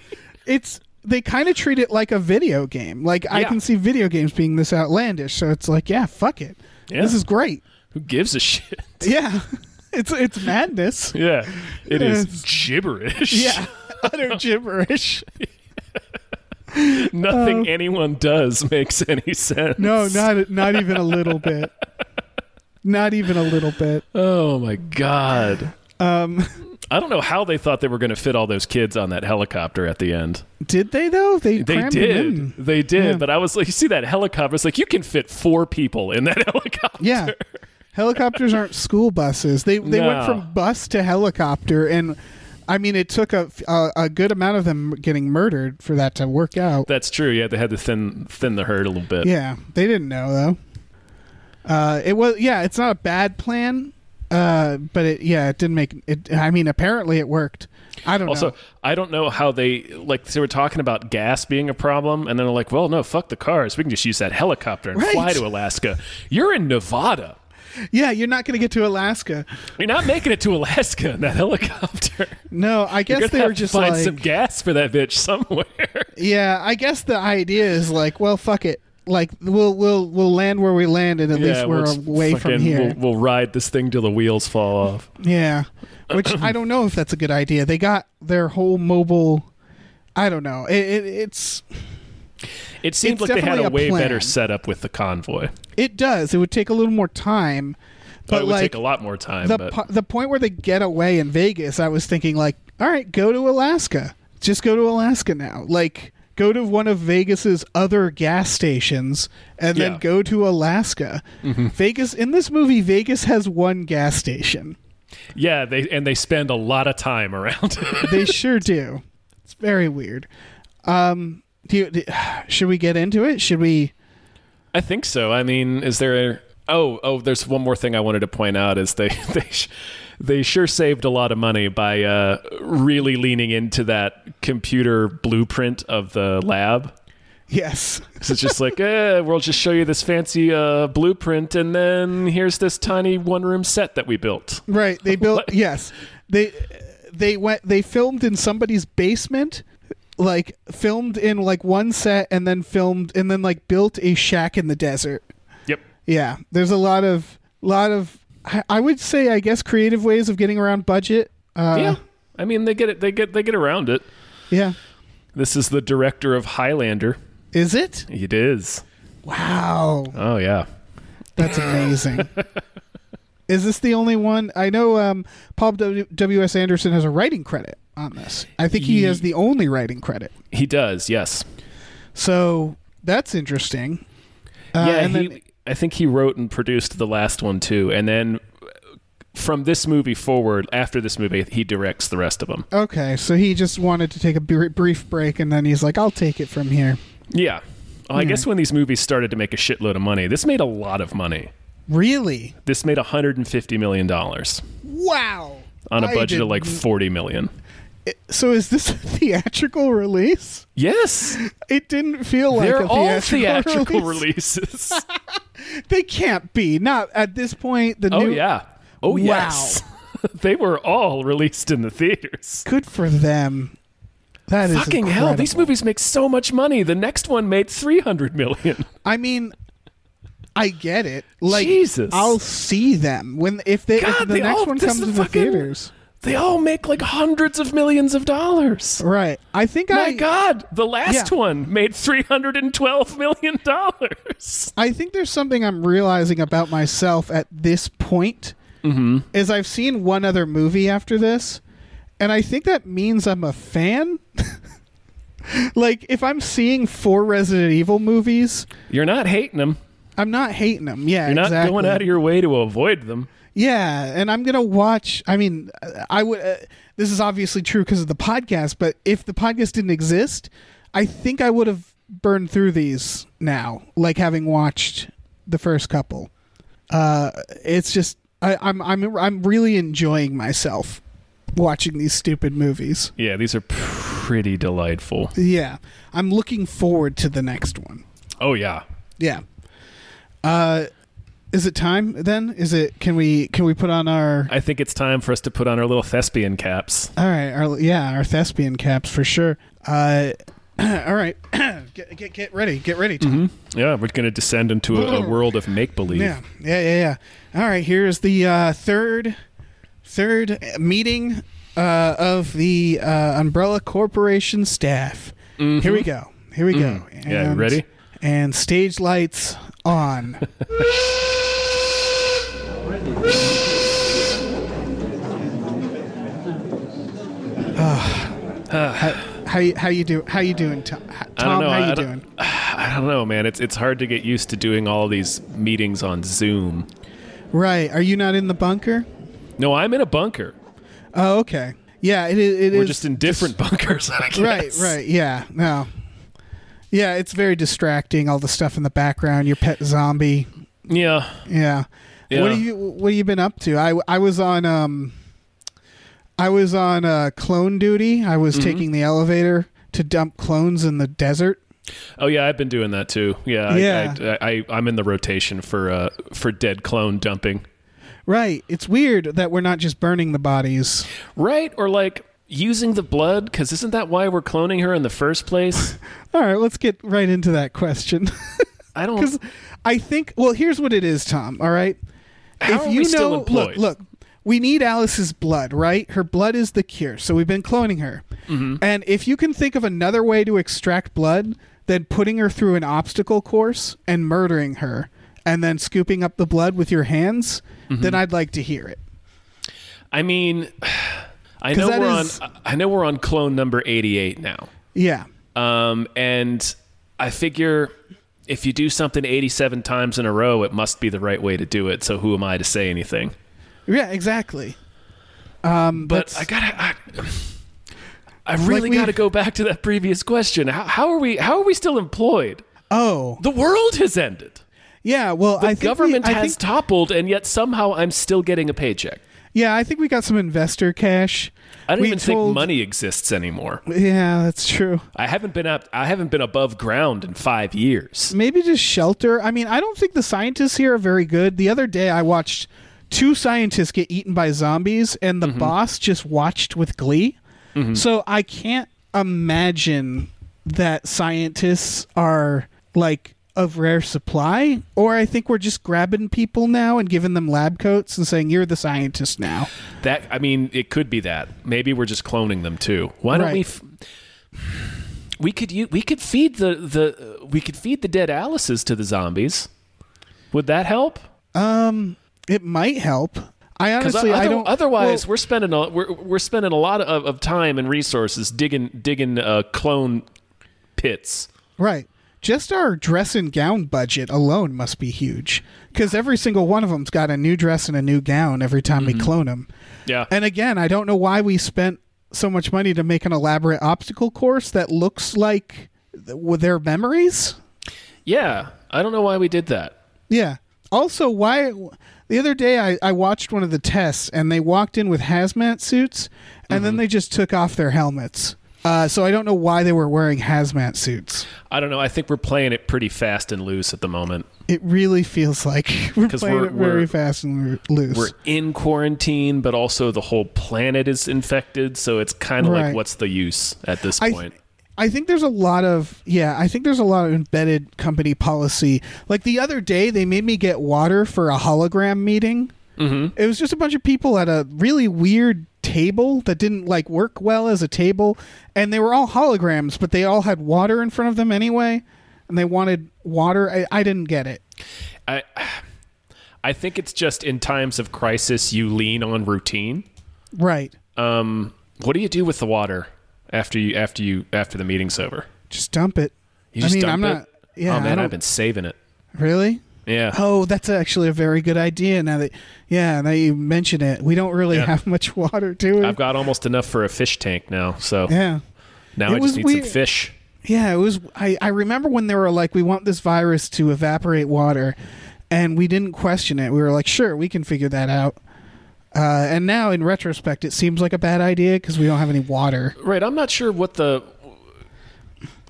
[SPEAKER 3] it's they kind of treat it like a video game. Like I
[SPEAKER 1] Yeah.
[SPEAKER 3] can see video games being this outlandish, so it's like, yeah, fuck it.
[SPEAKER 1] Yeah.
[SPEAKER 3] This is great.
[SPEAKER 1] Who gives a shit?
[SPEAKER 3] Yeah. It's it's madness.
[SPEAKER 1] Yeah, it is
[SPEAKER 3] It's-
[SPEAKER 1] gibberish.
[SPEAKER 3] Yeah. Utter gibberish.
[SPEAKER 1] nothing
[SPEAKER 3] Um,
[SPEAKER 1] anyone does makes any sense.
[SPEAKER 3] No, not not even a little bit. Not even a little bit.
[SPEAKER 1] Oh my god.
[SPEAKER 3] Um
[SPEAKER 1] I don't know how they thought they were going to fit all those kids on that helicopter at the end.
[SPEAKER 3] did they though? They
[SPEAKER 1] They
[SPEAKER 3] crammed them in.
[SPEAKER 1] did. They did.
[SPEAKER 3] Yeah.
[SPEAKER 1] But I was like, you see that helicopter? It's like, you can fit four people in that helicopter.
[SPEAKER 3] Yeah. Helicopters aren't school buses. They they went
[SPEAKER 1] No.
[SPEAKER 3] from bus to helicopter and I mean it took a, a a good amount of them getting murdered for that to work out.
[SPEAKER 1] That's true. Yeah, they had to thin thin the herd a little bit.
[SPEAKER 3] yeah, they didn't know though. Uh, it was yeah, it's not a bad plan. Uh, but it yeah, it didn't make it. I mean, apparently it worked. I don't
[SPEAKER 1] Also,
[SPEAKER 3] know.
[SPEAKER 1] I don't know how they like they were talking about gas being a problem, and then they're like, "Well, no, fuck the cars. We can just use that helicopter and
[SPEAKER 3] Right.
[SPEAKER 1] fly to Alaska." You're in Nevada.
[SPEAKER 3] Yeah, you're not gonna get to Alaska.
[SPEAKER 1] You're not making it to Alaska in that helicopter.
[SPEAKER 3] No, I
[SPEAKER 1] You're
[SPEAKER 3] guess
[SPEAKER 1] gonna
[SPEAKER 3] they
[SPEAKER 1] have
[SPEAKER 3] were
[SPEAKER 1] to
[SPEAKER 3] just
[SPEAKER 1] find
[SPEAKER 3] like
[SPEAKER 1] some gas for that bitch somewhere.
[SPEAKER 3] yeah. I guess the idea is like, well, fuck it. Like we'll we'll we'll land where we land, and at least we're
[SPEAKER 1] we'll just
[SPEAKER 3] away from
[SPEAKER 1] fucking-
[SPEAKER 3] here.
[SPEAKER 1] We'll, we'll ride this thing till the wheels fall off.
[SPEAKER 3] Yeah, which I don't know if that's a good idea. They got their whole mobile. I don't know. It, it, it's
[SPEAKER 1] It seemed
[SPEAKER 3] It's
[SPEAKER 1] like they had
[SPEAKER 3] definitely
[SPEAKER 1] a
[SPEAKER 3] a
[SPEAKER 1] way
[SPEAKER 3] plan.
[SPEAKER 1] better setup with the convoy.
[SPEAKER 3] it does. It would take a little more time, but
[SPEAKER 1] Oh, it would
[SPEAKER 3] like
[SPEAKER 1] take a lot more time.
[SPEAKER 3] the
[SPEAKER 1] but
[SPEAKER 3] po- the point where they get away in Vegas, I was thinking like, all right, go to Alaska. Just go to Alaska now. Like go to one of Vegas's other gas stations and
[SPEAKER 1] Yeah.
[SPEAKER 3] then go to Alaska. Vegas in this movie Vegas has one gas station.
[SPEAKER 1] yeah, they and they spend a lot of time around. it.
[SPEAKER 3] They sure do. It's very weird. Um do you, do- should we get into it? Should we
[SPEAKER 1] I think so. I mean, is there a Oh, oh, there's one more thing I wanted to point out is they they sh- they sure saved a lot of money by uh, really leaning into that computer blueprint of the lab.
[SPEAKER 3] Yes.
[SPEAKER 1] 'Cause it's just like, eh, we'll just show you this fancy uh, blueprint, and then here's this tiny one room set that we built.
[SPEAKER 3] Right. They built. yes. They they went. They filmed in somebody's basement, like filmed in like one set, and then filmed and then like built a shack in the desert.
[SPEAKER 1] Yep.
[SPEAKER 3] Yeah. There's a lot of lot of I- I would say I guess creative ways of getting around budget. Uh,
[SPEAKER 1] yeah. I mean, they get it. They get they get around it.
[SPEAKER 3] Yeah.
[SPEAKER 1] This is the director of Highlander.
[SPEAKER 3] Is it?
[SPEAKER 1] It is.
[SPEAKER 3] Wow.
[SPEAKER 1] Oh yeah.
[SPEAKER 3] That's amazing. Is this the only one? I know um, Paul W. W. S. Anderson has a writing credit on this. I think he
[SPEAKER 1] Ye-
[SPEAKER 3] has the only writing credit.
[SPEAKER 1] He does. Yes.
[SPEAKER 3] So that's interesting. Uh,
[SPEAKER 1] yeah,
[SPEAKER 3] and
[SPEAKER 1] he,
[SPEAKER 3] then-
[SPEAKER 1] I think he wrote and produced the last one too, and then uh, from this movie forward, after this movie, he directs the rest of them.
[SPEAKER 3] okay, so he just wanted to take a br- brief break, and then he's like, "I'll take it from here."
[SPEAKER 1] Yeah. Well, I
[SPEAKER 3] Hmm.
[SPEAKER 1] guess when these movies started to make a shitload of money, this made a lot of money.
[SPEAKER 3] Really?
[SPEAKER 1] This made 150 million dollars
[SPEAKER 3] Wow.
[SPEAKER 1] on a
[SPEAKER 3] I
[SPEAKER 1] budget
[SPEAKER 3] did-
[SPEAKER 1] of like 40 million.
[SPEAKER 3] So is this a theatrical release?
[SPEAKER 1] Yes,
[SPEAKER 3] It didn't feel like
[SPEAKER 1] they're
[SPEAKER 3] a
[SPEAKER 1] all
[SPEAKER 3] theatrical,
[SPEAKER 1] theatrical
[SPEAKER 3] release.
[SPEAKER 1] releases.
[SPEAKER 3] They can't be. Not at this point. The
[SPEAKER 1] oh
[SPEAKER 3] new.
[SPEAKER 1] yeah. Oh
[SPEAKER 3] Wow.
[SPEAKER 1] yes. they were all released in the theaters.
[SPEAKER 3] Good for them. That is
[SPEAKER 1] Fucking hell, these
[SPEAKER 3] incredible.
[SPEAKER 1] movies make so much money. The next one made 300 million.
[SPEAKER 3] I mean, I get it. Like
[SPEAKER 1] Jesus.
[SPEAKER 3] I'll see them when if they if
[SPEAKER 1] God,
[SPEAKER 3] the
[SPEAKER 1] they
[SPEAKER 3] next
[SPEAKER 1] all-
[SPEAKER 3] one
[SPEAKER 1] this
[SPEAKER 3] comes
[SPEAKER 1] is
[SPEAKER 3] to the
[SPEAKER 1] fucking-
[SPEAKER 3] theaters.
[SPEAKER 1] They all make like hundreds of millions of dollars.
[SPEAKER 3] Right. I think I
[SPEAKER 1] My God, the last
[SPEAKER 3] Yeah.
[SPEAKER 1] one made $312 million. dollars.
[SPEAKER 3] I think there's something I'm realizing about myself at this point. Mm-hmm. Is I've seen one other movie after this, and I think that means I'm a fan. like if I'm seeing four Resident Evil movies,
[SPEAKER 1] You're not hating them.
[SPEAKER 3] I'm not hating them. Yeah,
[SPEAKER 1] You're not
[SPEAKER 3] exactly.
[SPEAKER 1] going out of your way to avoid them.
[SPEAKER 3] Yeah, and I'm gonna watch. I mean, I would. Uh, this is obviously true because of the podcast, but if the podcast didn't exist, I think I would have burned through these now. Like having watched the first couple, uh, it's just I, I'm I'm I'm really enjoying myself watching these stupid movies.
[SPEAKER 1] Yeah, these are pretty delightful.
[SPEAKER 3] Yeah, I'm looking forward to the next one.
[SPEAKER 1] Oh, yeah.
[SPEAKER 3] Yeah. Uh, is it time then? Is it? Can we can we put on our
[SPEAKER 1] I think it's time for us to put on our little thespian caps.
[SPEAKER 3] All right, our, yeah, our thespian caps for sure. Uh, all right, get, get get ready, get ready. Tom.
[SPEAKER 1] Yeah, we're going to descend into a, a world of make believe.
[SPEAKER 3] Hmm. Yeah, yeah, yeah, yeah. All right, here is the uh, third third meeting uh, of the uh, Umbrella Corporation staff. Here we go. Here we go. And,
[SPEAKER 1] Mm-hmm. Mm. Yeah, you ready?
[SPEAKER 3] And stage lights on. Ah, how, how, you- how you do how you doing Tom, Tom
[SPEAKER 1] know,
[SPEAKER 3] how
[SPEAKER 1] I
[SPEAKER 3] you
[SPEAKER 1] don't-
[SPEAKER 3] doing
[SPEAKER 1] I don't know, man. It's, it's hard to get used to doing all these meetings on Zoom.
[SPEAKER 3] right are you not in the bunker
[SPEAKER 1] No, I'm in a bunker.
[SPEAKER 3] oh okay yeah it, is- it
[SPEAKER 1] We're
[SPEAKER 3] is-
[SPEAKER 1] just in different bunkers, I guess.
[SPEAKER 3] Right, right, yeah, no, yeah, it's very distracting. All the stuff in the background, your pet zombie,
[SPEAKER 1] Yeah.
[SPEAKER 3] yeah.
[SPEAKER 1] Yeah.
[SPEAKER 3] What have you What have you been up to? I I was on um, I was on uh, clone duty. I
[SPEAKER 1] Mm-hmm.
[SPEAKER 3] was taking the elevator to dump clones in the desert.
[SPEAKER 1] Oh yeah, I've been doing that too. Yeah. I-
[SPEAKER 3] Yeah.
[SPEAKER 1] I, I, I, am in the rotation for uh for dead clone dumping.
[SPEAKER 3] Right, it's weird that we're not just burning the bodies.
[SPEAKER 1] Right? Or like using the blood because isn't that why we're cloning her in the first place?
[SPEAKER 3] All right, let's get right into that question.
[SPEAKER 1] I
[SPEAKER 3] Because
[SPEAKER 1] don't.
[SPEAKER 3] I think, well, here's what it is, Tom. All right.
[SPEAKER 1] How are we still
[SPEAKER 3] look,
[SPEAKER 1] employed?
[SPEAKER 3] look, we need Alice's blood, right? Her blood is the cure. So we've been cloning her.
[SPEAKER 1] Mm-hmm.
[SPEAKER 3] And if you can think of another way to extract blood than putting her through an obstacle course and murdering her and then scooping up the blood with your hands,
[SPEAKER 1] Mm-hmm.
[SPEAKER 3] then I'd like to hear it.
[SPEAKER 1] I mean, I
[SPEAKER 3] 'Cause
[SPEAKER 1] know
[SPEAKER 3] that
[SPEAKER 1] we're
[SPEAKER 3] is-
[SPEAKER 1] on. I know we're on clone number eighty-eight now.
[SPEAKER 3] Yeah.
[SPEAKER 1] Um, and I figure if you do something eighty-seven times in a row, it must be the right way to do it. So who am I to say anything?
[SPEAKER 3] Yeah, exactly. Um,
[SPEAKER 1] but
[SPEAKER 3] that's-
[SPEAKER 1] I gotta. I, I really
[SPEAKER 3] we-
[SPEAKER 1] gotta go back to that previous question. How, how are we? How are we still employed?
[SPEAKER 3] oh,
[SPEAKER 1] The world has ended.
[SPEAKER 3] yeah. Well, I think we-
[SPEAKER 1] Government
[SPEAKER 3] I
[SPEAKER 1] has
[SPEAKER 3] think-
[SPEAKER 1] toppled, and yet somehow I'm still getting a paycheck.
[SPEAKER 3] yeah, I think we got some investor cash.
[SPEAKER 1] I don't
[SPEAKER 3] We
[SPEAKER 1] even
[SPEAKER 3] told-
[SPEAKER 1] think money exists anymore.
[SPEAKER 3] Yeah, that's true.
[SPEAKER 1] I haven't been up. I haven't been above ground in five years.
[SPEAKER 3] maybe just shelter. I mean, I don't think the scientists here are very good. The other day, I watched two scientists get eaten by zombies, and
[SPEAKER 1] Mm-hmm.
[SPEAKER 3] the boss just watched with glee. So I can't imagine that scientists are like of rare supply, or I think we're just grabbing people now and giving them lab coats and saying, You're the scientist now.
[SPEAKER 1] That I mean, it could be that. Maybe we're just cloning them too. Why don't we?
[SPEAKER 3] Right.
[SPEAKER 1] F- we could u- we could feed the the we could feed the dead Alices to the zombies. Would that help?
[SPEAKER 3] It might help. I
[SPEAKER 1] Because
[SPEAKER 3] honestly, I don't.
[SPEAKER 1] Otherwise,
[SPEAKER 3] well,
[SPEAKER 1] we're spending a we're, we're spending a lot of, of time and resources digging digging uh, clone pits.
[SPEAKER 3] Right. Just our dress and gown budget alone must be huge because every single one of them's got a new dress and a new gown every time we clone them.
[SPEAKER 1] Yeah,
[SPEAKER 3] And again, I don't know why we spent so much money to make an elaborate obstacle course that looks like th- were their memories.
[SPEAKER 1] yeah. I don't know why we did that.
[SPEAKER 3] Yeah. Also, why The other day, I, I watched one of the tests, and they walked in with hazmat suits, and then they just took off their helmets. Uh, so I don't know why they were wearing hazmat suits.
[SPEAKER 1] I don't know. I think we're playing it pretty fast and loose at the moment.
[SPEAKER 3] It really feels like we're
[SPEAKER 1] 'Cause
[SPEAKER 3] playing
[SPEAKER 1] we're-
[SPEAKER 3] it very
[SPEAKER 1] we're-
[SPEAKER 3] fast and loo- loose.
[SPEAKER 1] We're in quarantine, but also the whole planet is infected, so it's kind of
[SPEAKER 3] Right.
[SPEAKER 1] like what's the use at this
[SPEAKER 3] I,
[SPEAKER 1] point?
[SPEAKER 3] I think there's a lot of yeah, I think there's a lot of embedded company policy. Like the other day they made me get water for a hologram meeting. Mm-hmm. It was just a bunch of people at a really weird table that didn't like work well as a table and they were all holograms but they all had water in front of them anyway and they wanted water I, I didn't get it
[SPEAKER 1] I I think it's just in times of crisis you lean on routine.
[SPEAKER 3] right
[SPEAKER 1] Um, what do you do with the water after you after you after the meeting's over?
[SPEAKER 3] just dump it
[SPEAKER 1] You just
[SPEAKER 3] I mean
[SPEAKER 1] dump
[SPEAKER 3] I'm
[SPEAKER 1] it.
[SPEAKER 3] not yeah
[SPEAKER 1] oh
[SPEAKER 3] I
[SPEAKER 1] man,
[SPEAKER 3] don't,
[SPEAKER 1] I've been saving it.
[SPEAKER 3] really
[SPEAKER 1] Yeah.
[SPEAKER 3] Oh, that's actually a very good idea. Now that, yeah, now you mention it, we don't really have much water, do we?
[SPEAKER 1] I've got almost enough for a fish tank now, so
[SPEAKER 3] yeah,
[SPEAKER 1] now
[SPEAKER 3] It
[SPEAKER 1] I
[SPEAKER 3] was
[SPEAKER 1] just need
[SPEAKER 3] weird.
[SPEAKER 1] some fish.
[SPEAKER 3] yeah. It was. I I remember when they were like, we want this virus to evaporate water, and we didn't question it. We were like, sure, we can figure that out. Uh, and now, in retrospect, it seems like a bad idea because we don't have any water.
[SPEAKER 1] Right, I'm not sure what the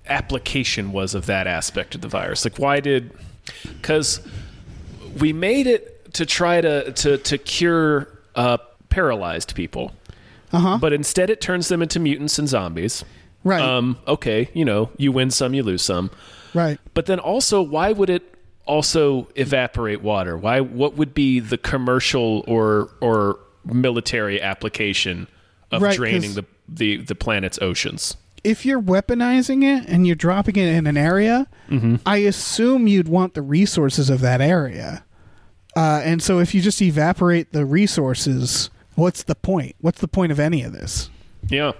[SPEAKER 1] application was of that aspect of the virus. Like why did cuz we made it to try to to to cure uh paralyzed people.
[SPEAKER 3] Uh-huh.
[SPEAKER 1] But instead it turns them into mutants and zombies.
[SPEAKER 3] Right.
[SPEAKER 1] Um okay, you know, you win some, you lose some.
[SPEAKER 3] right.
[SPEAKER 1] But then also, why would it also evaporate water? Why? What would be the commercial or or military application of
[SPEAKER 3] Right,
[SPEAKER 1] draining
[SPEAKER 3] 'cause-
[SPEAKER 1] the, the the planet's oceans?
[SPEAKER 3] if you're weaponizing it and you're dropping it in an area,
[SPEAKER 1] Mm-hmm.
[SPEAKER 3] I assume you'd want the resources of that area. Uh, and so if you just evaporate the resources, what's the point? What's the point of any of this?
[SPEAKER 1] Yeah,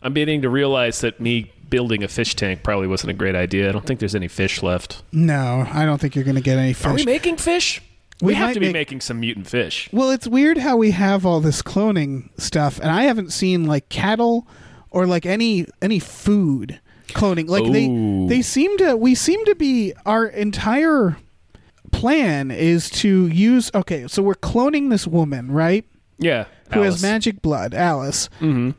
[SPEAKER 1] I'm beginning to realize that me building a fish tank probably wasn't a great idea. I don't think there's any fish left.
[SPEAKER 3] No, I don't think you're going to get any
[SPEAKER 1] Are we
[SPEAKER 3] fish.
[SPEAKER 1] making fish? We,
[SPEAKER 3] We
[SPEAKER 1] have
[SPEAKER 3] might
[SPEAKER 1] to be
[SPEAKER 3] make-
[SPEAKER 1] making some mutant fish.
[SPEAKER 3] well, it's weird how we have all this cloning stuff, and I haven't seen like cattle or like any any food cloning. Like
[SPEAKER 1] Ooh.
[SPEAKER 3] they they seem to we seem to be our entire plan is to use okay so we're cloning this woman right
[SPEAKER 1] Yeah,
[SPEAKER 3] who
[SPEAKER 1] Alice.
[SPEAKER 3] has magic blood alice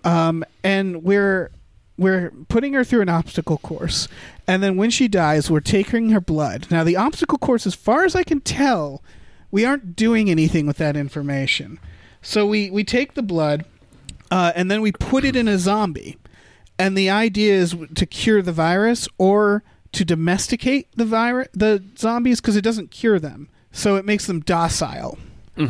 [SPEAKER 3] um, and we're we're putting her through an obstacle course and then when she dies we're taking her blood now the obstacle course as far as i can tell we aren't doing anything with that information so we we take the blood uh, and then we put it in a zombie and the idea is w- to cure the virus or to domesticate the virus the zombies because it doesn't cure them so it makes them docile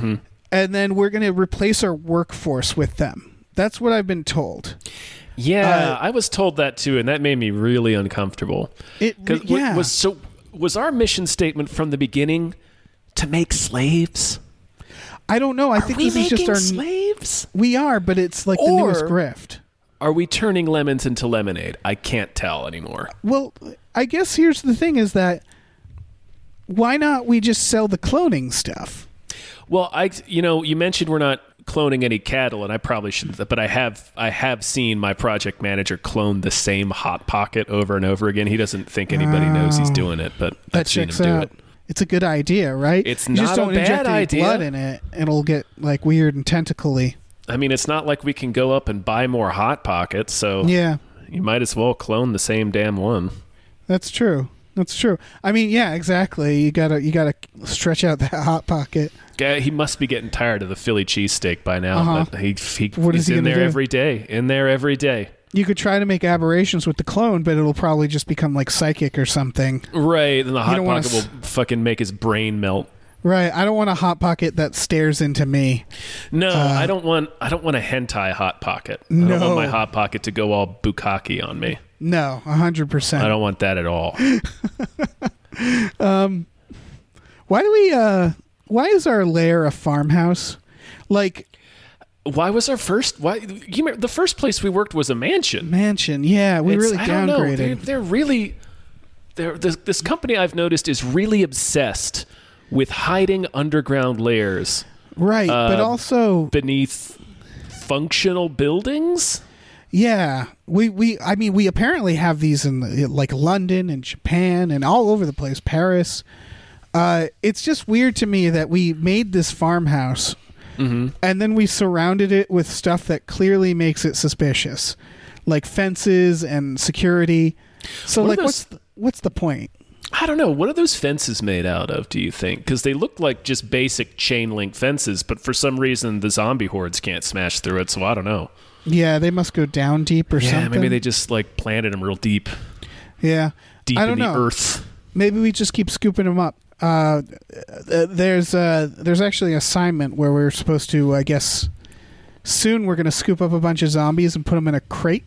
[SPEAKER 3] and then we're going to replace our workforce with them. That's what I've been told. uh,
[SPEAKER 1] Yeah, I was told that too, and that made me really uncomfortable.
[SPEAKER 3] It-
[SPEAKER 1] 'Cause wa-
[SPEAKER 3] yeah.
[SPEAKER 1] was so was our mission statement from the beginning to make slaves?
[SPEAKER 3] I don't know. I think
[SPEAKER 1] we
[SPEAKER 3] this is just
[SPEAKER 1] making
[SPEAKER 3] our
[SPEAKER 1] slaves?
[SPEAKER 3] we are, but it's like the newest
[SPEAKER 1] Or-
[SPEAKER 3] grift.
[SPEAKER 1] Are we turning lemons into lemonade? I can't tell anymore.
[SPEAKER 3] Well, I guess here's the thing: is that why not we just sell the cloning stuff?
[SPEAKER 1] Well, I you know you mentioned we're not cloning any cattle, and I probably should, but I have I have seen my project manager clone the same hot pocket over and over again. He doesn't think anybody knows he's doing it, but
[SPEAKER 3] That
[SPEAKER 1] I've seen him
[SPEAKER 3] checks
[SPEAKER 1] do
[SPEAKER 3] out.
[SPEAKER 1] it.
[SPEAKER 3] It's a good idea, right?
[SPEAKER 1] It's
[SPEAKER 3] you just
[SPEAKER 1] not a
[SPEAKER 3] don't inject
[SPEAKER 1] bad
[SPEAKER 3] any
[SPEAKER 1] idea.
[SPEAKER 3] blood in it; it'll get like weird and tentacly.
[SPEAKER 1] I mean, it's not like we can go up and buy more hot pockets, so
[SPEAKER 3] Yeah,
[SPEAKER 1] You might as well clone the same damn one.
[SPEAKER 3] that's true. That's true. I mean, yeah, exactly. You gotta you gotta stretch out that hot pocket.
[SPEAKER 1] Guy, he must be getting tired of the Philly cheesesteak by now.
[SPEAKER 3] Uh-huh.
[SPEAKER 1] but He, he,
[SPEAKER 3] What is
[SPEAKER 1] he's
[SPEAKER 3] he
[SPEAKER 1] in
[SPEAKER 3] gonna
[SPEAKER 1] there
[SPEAKER 3] do?
[SPEAKER 1] every day. In there every day.
[SPEAKER 3] You could try to make aberrations with the clone, but it'll probably just become like psychic or something.
[SPEAKER 1] Right. Then the hot
[SPEAKER 3] don't wanna
[SPEAKER 1] pocket
[SPEAKER 3] s-
[SPEAKER 1] will fucking make his brain melt.
[SPEAKER 3] Right. I don't want a hot pocket that stares into me.
[SPEAKER 1] No, I don't want. I don't want a hentai hot pocket. I don't
[SPEAKER 3] Uh, No.
[SPEAKER 1] want my hot pocket to go all bukkake on me.
[SPEAKER 3] No, a hundred
[SPEAKER 1] I
[SPEAKER 3] percent.
[SPEAKER 1] don't want that at all.
[SPEAKER 3] Why do we uh why is our lair a farmhouse? Like
[SPEAKER 1] why was our first? Why you remember, the first place we worked was a mansion.
[SPEAKER 3] mansion. Yeah, we
[SPEAKER 1] It's-
[SPEAKER 3] really
[SPEAKER 1] I don't know.
[SPEAKER 3] downgraded.
[SPEAKER 1] They're, they're really they're, this, this company I've noticed is really obsessed with hiding underground layers
[SPEAKER 3] right. but
[SPEAKER 1] uh,
[SPEAKER 3] also
[SPEAKER 1] beneath functional buildings.
[SPEAKER 3] yeah. We we I mean we apparently have these in like London and Japan and all over the place, Paris. Uh, it's just weird to me that we made this farmhouse
[SPEAKER 1] Mm-hmm.
[SPEAKER 3] and then we surrounded it with stuff that clearly makes it suspicious, like fences and security. So,
[SPEAKER 1] What are
[SPEAKER 3] like,
[SPEAKER 1] those-
[SPEAKER 3] what's the, what's the point?
[SPEAKER 1] I don't know. What are those fences made out of, do you think? Because they look like just basic chain link fences, but for some reason the zombie hordes can't smash through it, so I don't know.
[SPEAKER 3] Yeah, they must go down deep or
[SPEAKER 1] Yeah,
[SPEAKER 3] something.
[SPEAKER 1] maybe they just like planted them real deep,
[SPEAKER 3] Yeah,
[SPEAKER 1] deep
[SPEAKER 3] I
[SPEAKER 1] in the
[SPEAKER 3] don't know.
[SPEAKER 1] earth.
[SPEAKER 3] Maybe we just keep scooping them up. Uh, th- there's uh, there's actually an assignment where we're supposed to, I guess, soon we're gonna scoop up a bunch of zombies and put them in a crate.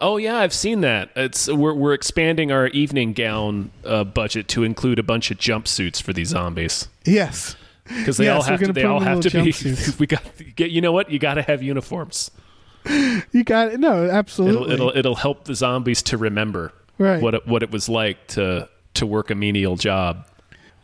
[SPEAKER 1] Oh yeah, I've seen that. It's we're we're expanding our evening gown uh, budget to include a bunch of jumpsuits for these zombies
[SPEAKER 3] Yes.
[SPEAKER 1] because they
[SPEAKER 3] Yeah,
[SPEAKER 1] all
[SPEAKER 3] so we're
[SPEAKER 1] have to.
[SPEAKER 3] gonna
[SPEAKER 1] They
[SPEAKER 3] put 'em
[SPEAKER 1] all
[SPEAKER 3] in
[SPEAKER 1] have to
[SPEAKER 3] little
[SPEAKER 1] be.
[SPEAKER 3] jumpsuits.
[SPEAKER 1] we got get. You know what? You got to have uniforms.
[SPEAKER 3] You got it. No,
[SPEAKER 1] It'll,
[SPEAKER 3] absolutely.
[SPEAKER 1] it'll it'll help the zombies to remember
[SPEAKER 3] Right.
[SPEAKER 1] what it, what it was like to to work a menial job.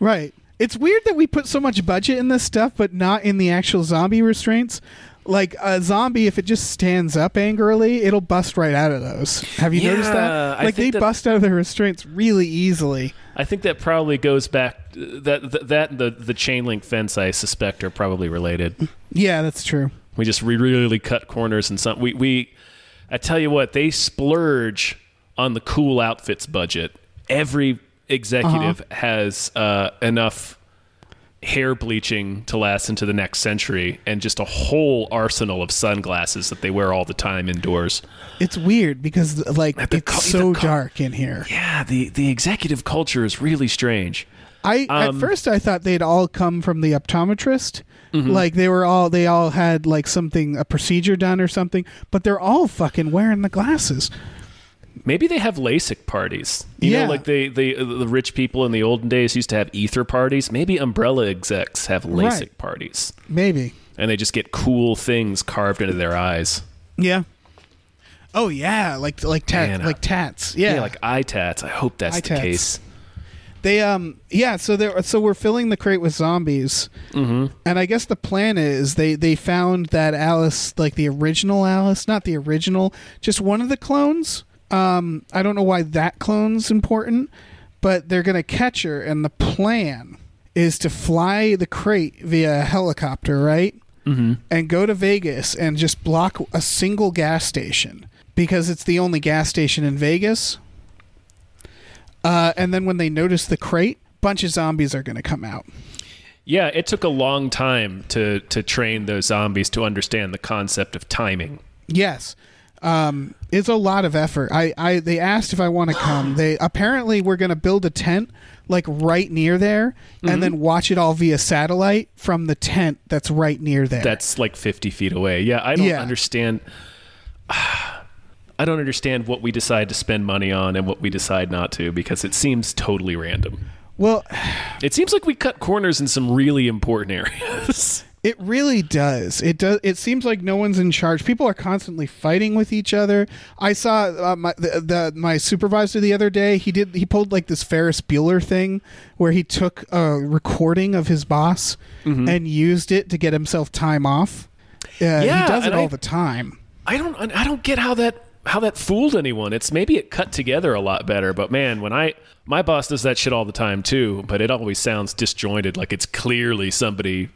[SPEAKER 3] Right. It's weird that we put so much budget in this stuff, but not in the actual zombie restraints. Like a zombie, if it just stands up angrily, it'll bust right out of those. Have you noticed
[SPEAKER 1] Yeah,
[SPEAKER 3] that?
[SPEAKER 1] I
[SPEAKER 3] Like
[SPEAKER 1] think
[SPEAKER 3] they
[SPEAKER 1] that-
[SPEAKER 3] bust out of their restraints really easily.
[SPEAKER 1] I think that probably goes back that that, that and the the chain link fence I suspect are probably related.
[SPEAKER 3] Yeah, that's true.
[SPEAKER 1] We just re- really cut corners and something. We we I tell you what, they splurge on the cool outfits budget. Every executive
[SPEAKER 3] Uh-huh.
[SPEAKER 1] has uh, enough hair bleaching to last into the next century and just a whole arsenal of sunglasses that they wear all the time indoors.
[SPEAKER 3] It's weird because like
[SPEAKER 1] the
[SPEAKER 3] it's
[SPEAKER 1] co- the
[SPEAKER 3] so
[SPEAKER 1] co-
[SPEAKER 3] dark in here.
[SPEAKER 1] Yeah, the the executive culture is really strange.
[SPEAKER 3] I
[SPEAKER 1] Um,
[SPEAKER 3] at first I thought they'd all come from the optometrist.
[SPEAKER 1] Mm-hmm.
[SPEAKER 3] Like they were all they all had like something a procedure done or something, but they're all fucking wearing the glasses.
[SPEAKER 1] Maybe they have LASIK parties. You
[SPEAKER 3] Yeah.
[SPEAKER 1] know, like they, they, uh, the rich people in the olden days used to have ether parties. Maybe umbrella execs have LASIK
[SPEAKER 3] Right.
[SPEAKER 1] parties
[SPEAKER 3] Maybe.
[SPEAKER 1] and they just get cool things carved into their eyes.
[SPEAKER 3] Yeah. Oh yeah, like like tat,
[SPEAKER 1] Man, I-
[SPEAKER 3] like tats. Yeah.
[SPEAKER 1] like eye tats. I hope that's
[SPEAKER 3] Eye
[SPEAKER 1] the
[SPEAKER 3] tats.
[SPEAKER 1] case.
[SPEAKER 3] they um yeah. So they are so we're filling the crate with zombies, mm-hmm. and I guess the plan is they they found that Alice like the original Alice, not the original, just one of the clones. Um, I don't know why that clone's important, but they're gonna catch her, and the plan is to fly the crate via helicopter, right?
[SPEAKER 1] Mm-hmm.
[SPEAKER 3] and go to Vegas and just block a single gas station because it's the only gas station in Vegas. Uh, and then when they notice the crate, bunch of zombies are going to come out.
[SPEAKER 1] Yeah, it took a long time to to train those zombies to understand the concept of timing.
[SPEAKER 3] Yes. Um, it's a lot of effort. I, I they asked if I want to come. They apparently we're going to build a tent like right near there and then watch it all via satellite from the tent that's right near there.
[SPEAKER 1] That's like 50 feet away. Yeah, I don't
[SPEAKER 3] Yeah.
[SPEAKER 1] understand. I don't understand what we decide to spend money on and what we decide not to because it seems totally random.
[SPEAKER 3] well,
[SPEAKER 1] It seems like we cut corners in some really important areas.
[SPEAKER 3] It really does. It does. It seems like no one's in charge. People are constantly fighting with each other. I saw uh, my the, the my supervisor the other day. He did. He pulled like this Ferris Bueller thing where he took a recording of his boss
[SPEAKER 1] Mm-hmm.
[SPEAKER 3] and used it to get himself time off. Yeah,
[SPEAKER 1] Yeah,
[SPEAKER 3] he does it
[SPEAKER 1] and
[SPEAKER 3] all
[SPEAKER 1] I-
[SPEAKER 3] the time.
[SPEAKER 1] I don't I don't get how that how that fooled anyone. It's maybe it cut together a lot better, but man, when I my boss does that shit all the time too, but it always sounds disjointed like it's clearly somebody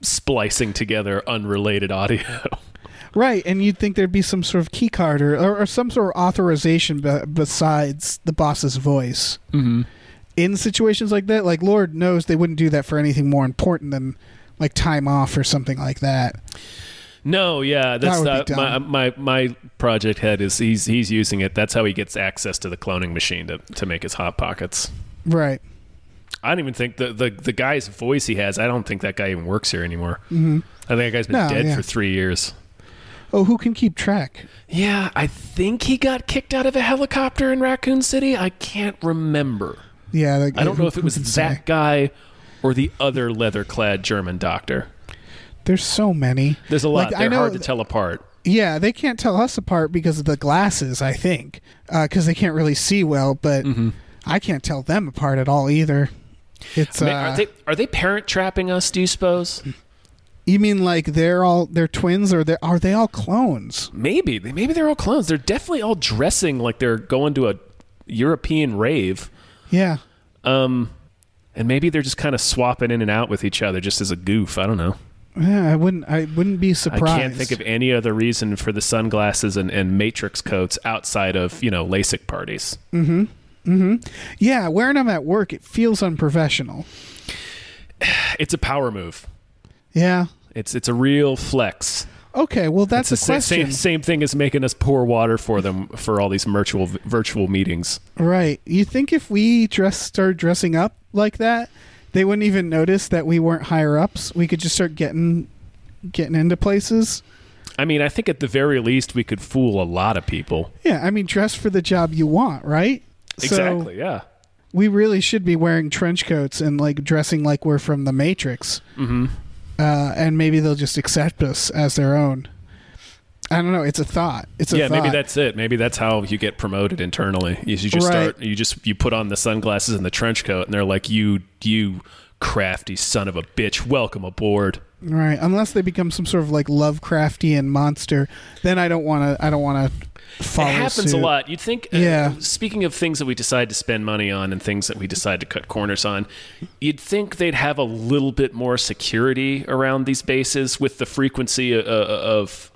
[SPEAKER 1] splicing together unrelated audio.
[SPEAKER 3] Right, and you'd think there'd be some sort of key card or, or, or some sort of authorization be- besides the boss's voice. Mm-hmm. In situations like that, like Lord knows they wouldn't do that for anything more important than like time off or something like that.
[SPEAKER 1] No, yeah, that's
[SPEAKER 3] would be
[SPEAKER 1] not, my,
[SPEAKER 3] dumb.
[SPEAKER 1] my my project head is he's he's using it. That's how he gets access to the cloning machine to to make his hot pockets.
[SPEAKER 3] Right.
[SPEAKER 1] I don't even think the the, the guy's voice he has. I don't think that guy even works here anymore. I think that guy's been
[SPEAKER 3] Mm-hmm. No,
[SPEAKER 1] dead
[SPEAKER 3] yeah.
[SPEAKER 1] for three years.
[SPEAKER 3] Oh, who can keep track?
[SPEAKER 1] Yeah, I think he got kicked out of a helicopter in Raccoon City. I can't remember.
[SPEAKER 3] Yeah, like, uh,
[SPEAKER 1] I don't
[SPEAKER 3] who-
[SPEAKER 1] know if it
[SPEAKER 3] who
[SPEAKER 1] was
[SPEAKER 3] can
[SPEAKER 1] that
[SPEAKER 3] say?
[SPEAKER 1] guy or the other leather-clad German doctor.
[SPEAKER 3] There's so many.
[SPEAKER 1] There's a lot.
[SPEAKER 3] Like, I
[SPEAKER 1] They're
[SPEAKER 3] know
[SPEAKER 1] hard to
[SPEAKER 3] th-
[SPEAKER 1] tell apart.
[SPEAKER 3] Yeah, they can't tell us apart because of the glasses. I think because they can't really see well, but
[SPEAKER 1] Mm-hmm.
[SPEAKER 3] I can't tell them apart at all either. It's
[SPEAKER 1] Ma-
[SPEAKER 3] uh,
[SPEAKER 1] are they are they parent trapping us? Do you suppose?
[SPEAKER 3] You mean like they're all they're twins or they are they all clones?
[SPEAKER 1] Maybe. They- Maybe they're all clones. They're definitely all dressing like they're going to a European rave.
[SPEAKER 3] Yeah.
[SPEAKER 1] Um, And maybe they're just kind of swapping in and out with each other just as a goof. I don't know.
[SPEAKER 3] Yeah, I wouldn't. I wouldn't be surprised.
[SPEAKER 1] I can't think of any other reason for the sunglasses and, and matrix coats outside of, you know, LASIK parties.
[SPEAKER 3] Yeah, wearing them at work, it feels unprofessional.
[SPEAKER 1] It's a power move.
[SPEAKER 3] Yeah.
[SPEAKER 1] It's it's a real flex.
[SPEAKER 3] Okay. Well, that's
[SPEAKER 1] It's
[SPEAKER 3] a
[SPEAKER 1] the sa- same,
[SPEAKER 3] question,
[SPEAKER 1] same thing as making us pour water for them for all these virtual virtual meetings.
[SPEAKER 3] right? You think if we dress start dressing up like that, they wouldn't even notice that we weren't higher ups? We could just start getting getting into places.
[SPEAKER 1] I mean, I think at the very least we could fool a lot of people.
[SPEAKER 3] Yeah. I mean, dress for the job you want, right?
[SPEAKER 1] exactly.
[SPEAKER 3] So
[SPEAKER 1] Yeah.
[SPEAKER 3] we really should be wearing trench coats and like dressing like we're from the Matrix. Mm-hmm. Uh, and maybe they'll just accept us as their own. I don't know. It's a thought. It's a
[SPEAKER 1] yeah. Maybe
[SPEAKER 3] thought.
[SPEAKER 1] that's it. Maybe that's how you get promoted internally. Is you just
[SPEAKER 3] Right.
[SPEAKER 1] start. You just you put on the sunglasses and the trench coat, and they're like, "You you crafty son of a bitch, welcome aboard."
[SPEAKER 3] Right, unless they become some sort of like Lovecraftian monster, then I don't want to. I don't want to follow.
[SPEAKER 1] it happens
[SPEAKER 3] suit.
[SPEAKER 1] a lot. You'd think. uh,
[SPEAKER 3] Yeah.
[SPEAKER 1] Speaking of things that we decide to spend money on and things that we decide to cut corners on, you'd think they'd have a little bit more security around these bases with the frequency uh, uh, of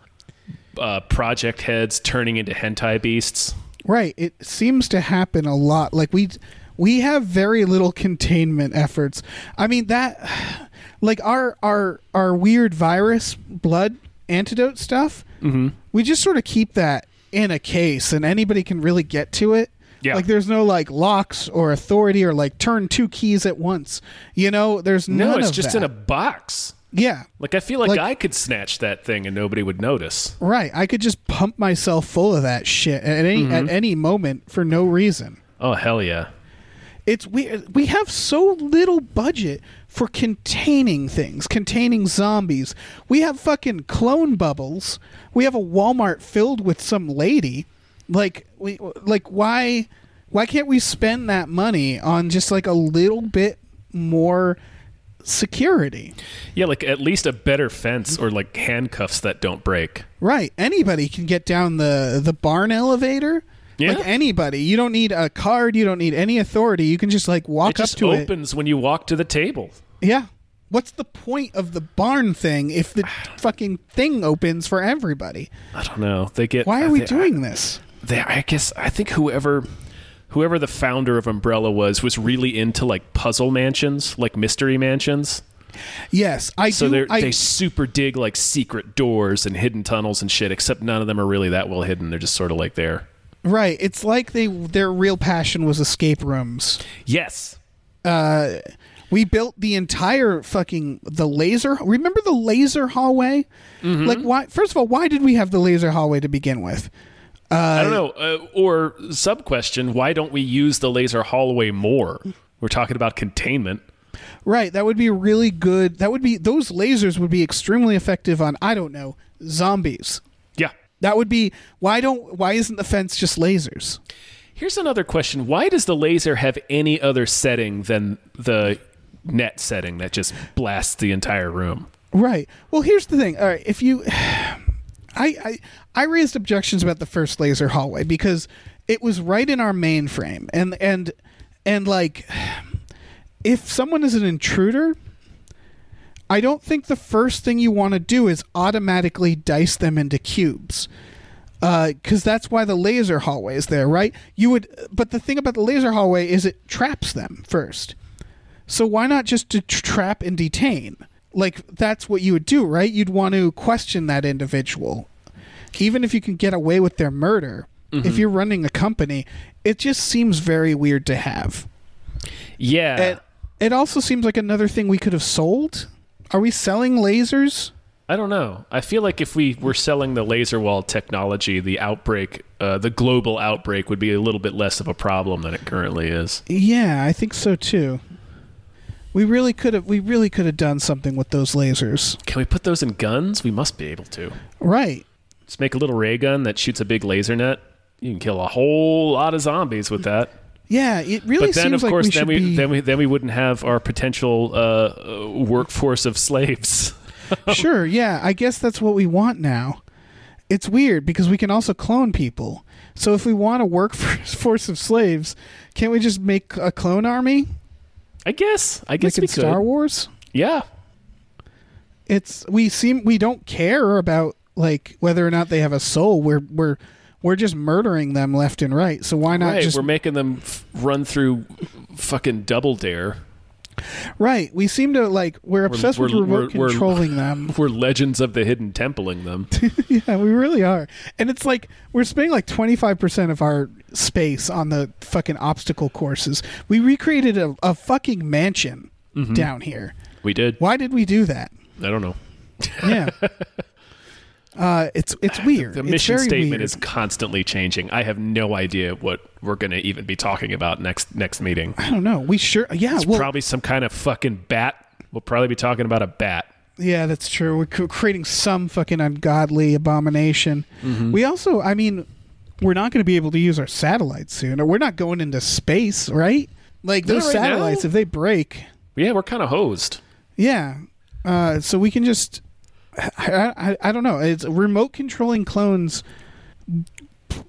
[SPEAKER 1] uh, project heads turning into hentai beasts.
[SPEAKER 3] Right, it seems to happen a lot. Like we, we have very little containment efforts. I mean that, like our our our weird virus blood antidote stuff. Mm-hmm. We just sort of keep that in a case, and anybody can really get to it.
[SPEAKER 1] Yeah.
[SPEAKER 3] Like there's no like locks or authority or like turn two keys at once. You know, there's
[SPEAKER 1] No,
[SPEAKER 3] none
[SPEAKER 1] it's
[SPEAKER 3] of
[SPEAKER 1] just
[SPEAKER 3] that.
[SPEAKER 1] in a box.
[SPEAKER 3] yeah.
[SPEAKER 1] Like I feel like,
[SPEAKER 3] Like-
[SPEAKER 1] I could snatch that thing and nobody would notice.
[SPEAKER 3] Right. I could just pump myself full of that shit at
[SPEAKER 1] Mm-hmm.
[SPEAKER 3] any at any moment for no reason.
[SPEAKER 1] Oh hell yeah!
[SPEAKER 3] It's we we have so little budget for containing things, containing zombies. We have fucking clone bubbles. We have a Walmart filled with some lady. Like we like why why can't we spend that money on just like a little bit more security?
[SPEAKER 1] Yeah, like at least a better fence or like handcuffs that don't break.
[SPEAKER 3] Right. Anybody can get down the the barn elevator.
[SPEAKER 1] Yeah.
[SPEAKER 3] Like anybody. You don't need a card, you don't need any authority. You can just like walk
[SPEAKER 1] It
[SPEAKER 3] up
[SPEAKER 1] just
[SPEAKER 3] to it.
[SPEAKER 1] opens when you walk to the table.
[SPEAKER 3] Yeah. What's the point of the barn thing if the fucking thing opens for everybody?
[SPEAKER 1] I don't know. They get.
[SPEAKER 3] Why are we
[SPEAKER 1] they-
[SPEAKER 3] doing this?
[SPEAKER 1] they, I guess I think whoever whoever the founder of Umbrella was was really into like puzzle mansions, like mystery mansions.
[SPEAKER 3] Yes, I
[SPEAKER 1] So they
[SPEAKER 3] do I,
[SPEAKER 1] they super dig like secret doors and hidden tunnels and shit. Except none of them are really that well hidden. They're just sort of like there.
[SPEAKER 3] right. It's like they their real passion was escape rooms.
[SPEAKER 1] Yes.
[SPEAKER 3] We built the entire fucking the laser. Remember the laser hallway?
[SPEAKER 1] Mm-hmm.
[SPEAKER 3] Like why? First of all, why did we have the laser hallway to begin with?
[SPEAKER 1] I don't know. Uh, or sub question: Why don't we use the laser hallway more? We're talking about containment.
[SPEAKER 3] Right, that would be really good. That would be those lasers would be extremely effective on I don't know, zombies.
[SPEAKER 1] Yeah.
[SPEAKER 3] That would be why don't why isn't the fence just lasers?
[SPEAKER 1] Here's another question: Why does the laser have any other setting than the net setting that just blasts the entire room?
[SPEAKER 3] Right. Well, here's the thing. All right, if you I I I raised objections about the first laser hallway because it was right in our mainframe and and and like if someone is an intruder, I don't think the first thing you want to do is automatically dice them into cubes. Because that's why the laser hallway is there, right? You would, but the thing about the laser hallway is it traps them first. So why not just to tr trap and detain? Like that's what you would do, right? You'd want to question that individual, even if you can get away with their murder.
[SPEAKER 1] Mm-hmm.
[SPEAKER 3] If you're running a company, it just seems very weird to have.
[SPEAKER 1] Yeah.
[SPEAKER 3] It, it also seems like another thing we could have sold. Are we selling lasers?
[SPEAKER 1] I don't know. I feel like if we were selling the laser wall technology, the outbreak, uh, the global outbreak, would be a little bit less of a problem than it currently is.
[SPEAKER 3] Yeah, I think so too. We really could have we really could have done something with those lasers.
[SPEAKER 1] Can we put those in guns? We must be able to.
[SPEAKER 3] Right.
[SPEAKER 1] Just make a little ray gun that shoots a big laser net. You can kill a whole lot of zombies with that.
[SPEAKER 3] Yeah, it really
[SPEAKER 1] But then, of
[SPEAKER 3] seems
[SPEAKER 1] course,
[SPEAKER 3] like
[SPEAKER 1] then
[SPEAKER 3] we should
[SPEAKER 1] we
[SPEAKER 3] be
[SPEAKER 1] then we then we wouldn't have our potential uh, uh, workforce of slaves.
[SPEAKER 3] Sure, yeah. I guess that's what we want now. It's weird because we can also clone people. So if we want a workforce of slaves, can't we just make a clone army?
[SPEAKER 1] I guess. I guess
[SPEAKER 3] like in
[SPEAKER 1] we could.
[SPEAKER 3] Star Wars.
[SPEAKER 1] Yeah.
[SPEAKER 3] It's we seem we don't care about like whether or not they have a soul. We're we're we're just murdering them left and right. So why not
[SPEAKER 1] Right.
[SPEAKER 3] just
[SPEAKER 1] We're making them f- run through fucking double dare.
[SPEAKER 3] right? We seem to like we're obsessed
[SPEAKER 1] we're-
[SPEAKER 3] with remote
[SPEAKER 1] we're- we're-
[SPEAKER 3] controlling them.
[SPEAKER 1] We're legends of the hidden templing them.
[SPEAKER 3] Yeah, we really are. And it's like we're spending like 25% of our space on the fucking obstacle courses. We recreated a, a fucking mansion
[SPEAKER 1] Mm-hmm.
[SPEAKER 3] down here.
[SPEAKER 1] We did.
[SPEAKER 3] Why did we do that?
[SPEAKER 1] I don't know.
[SPEAKER 3] Yeah. uh, it's it's weird.
[SPEAKER 1] The
[SPEAKER 3] It's
[SPEAKER 1] mission
[SPEAKER 3] very
[SPEAKER 1] statement
[SPEAKER 3] weird.
[SPEAKER 1] is constantly changing. I have no idea what we're going to even be talking about next next meeting.
[SPEAKER 3] I don't know. We sure yeah,
[SPEAKER 1] It's
[SPEAKER 3] well
[SPEAKER 1] probably some kind of fucking bat. We'll probably be talking about a bat.
[SPEAKER 3] yeah, that's true. We're c- creating some fucking ungodly abomination.
[SPEAKER 1] Mm-hmm.
[SPEAKER 3] We also, I mean, we're not going to be able to use our satellites soon. Or we're not going into space, right? Like those
[SPEAKER 1] right now.
[SPEAKER 3] satellites if they break,
[SPEAKER 1] Yeah, we're kind of hosed.
[SPEAKER 3] Yeah. Uh, so we can just. I, I, I don't know. It's remote controlling clones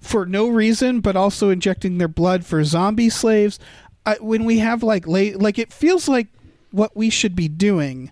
[SPEAKER 3] for no reason, but also injecting their blood for zombie slaves. I, when we have like late, like it feels like what we should be doing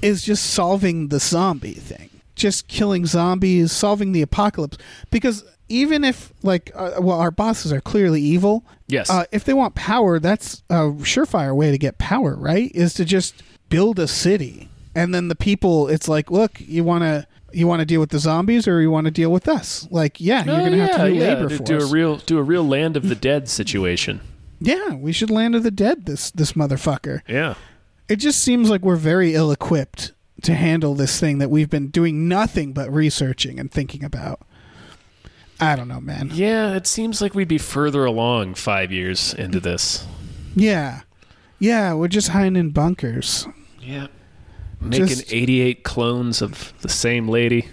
[SPEAKER 3] is just solving the zombie thing, just killing zombies, solving the apocalypse. Because even if like, uh, well, our bosses are clearly evil.
[SPEAKER 1] Yes.
[SPEAKER 3] Uh, if they want power, that's a surefire way to get power, right? Is to just build a city, and then the people. It's like, look, you want to you want to deal with the zombies, or you want to deal with us? Like, yeah,
[SPEAKER 1] Oh,
[SPEAKER 3] you're gonna have to do labor
[SPEAKER 1] do,
[SPEAKER 3] force.
[SPEAKER 1] do a real do a real land of the dead situation.
[SPEAKER 3] yeah, we should land of the dead this this motherfucker.
[SPEAKER 1] Yeah.
[SPEAKER 3] It just seems like we're very ill equipped to handle this thing that we've been doing nothing but researching and thinking about. I don't know, man.
[SPEAKER 1] Yeah, it seems like we'd be further along 5 years into this.
[SPEAKER 3] Yeah, yeah, we're just hiding in bunkers.
[SPEAKER 1] Yeah. Making
[SPEAKER 3] Just-
[SPEAKER 1] 88 clones of the same lady.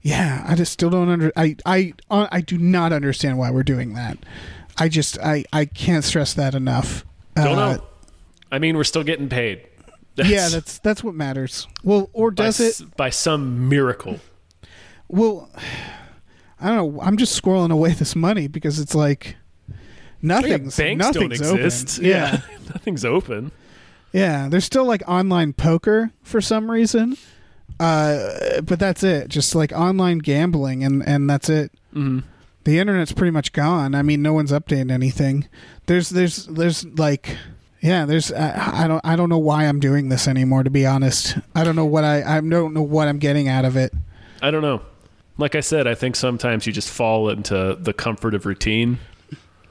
[SPEAKER 3] Yeah, I just still don't under. I I uh, I do not understand why we're doing that. I just I I can't stress that enough.
[SPEAKER 1] Don't
[SPEAKER 3] Uh,
[SPEAKER 1] know. I mean, we're still getting paid.
[SPEAKER 3] Yeah, that's that's what matters. Well, or
[SPEAKER 1] by,
[SPEAKER 3] does
[SPEAKER 1] s-
[SPEAKER 3] it?
[SPEAKER 1] by some miracle.
[SPEAKER 3] Well, I don't know. I'm just squirreling away this money because it's like nothing's
[SPEAKER 1] Banks don't
[SPEAKER 3] nothing's open.
[SPEAKER 1] exist.
[SPEAKER 3] Yeah,
[SPEAKER 1] Nothing's open.
[SPEAKER 3] yeah. There's still like online poker for some reason, uh, but that's it. Just like online gambling, and and that's it. the internet's pretty much gone. I mean, no one's updating anything. There's there's there's like yeah, there's I, I don't I don't know why I'm doing this anymore to be honest. I don't know what I I don't know what I'm getting out of it.
[SPEAKER 1] I don't know. Like I said, I think sometimes you just fall into the comfort of routine.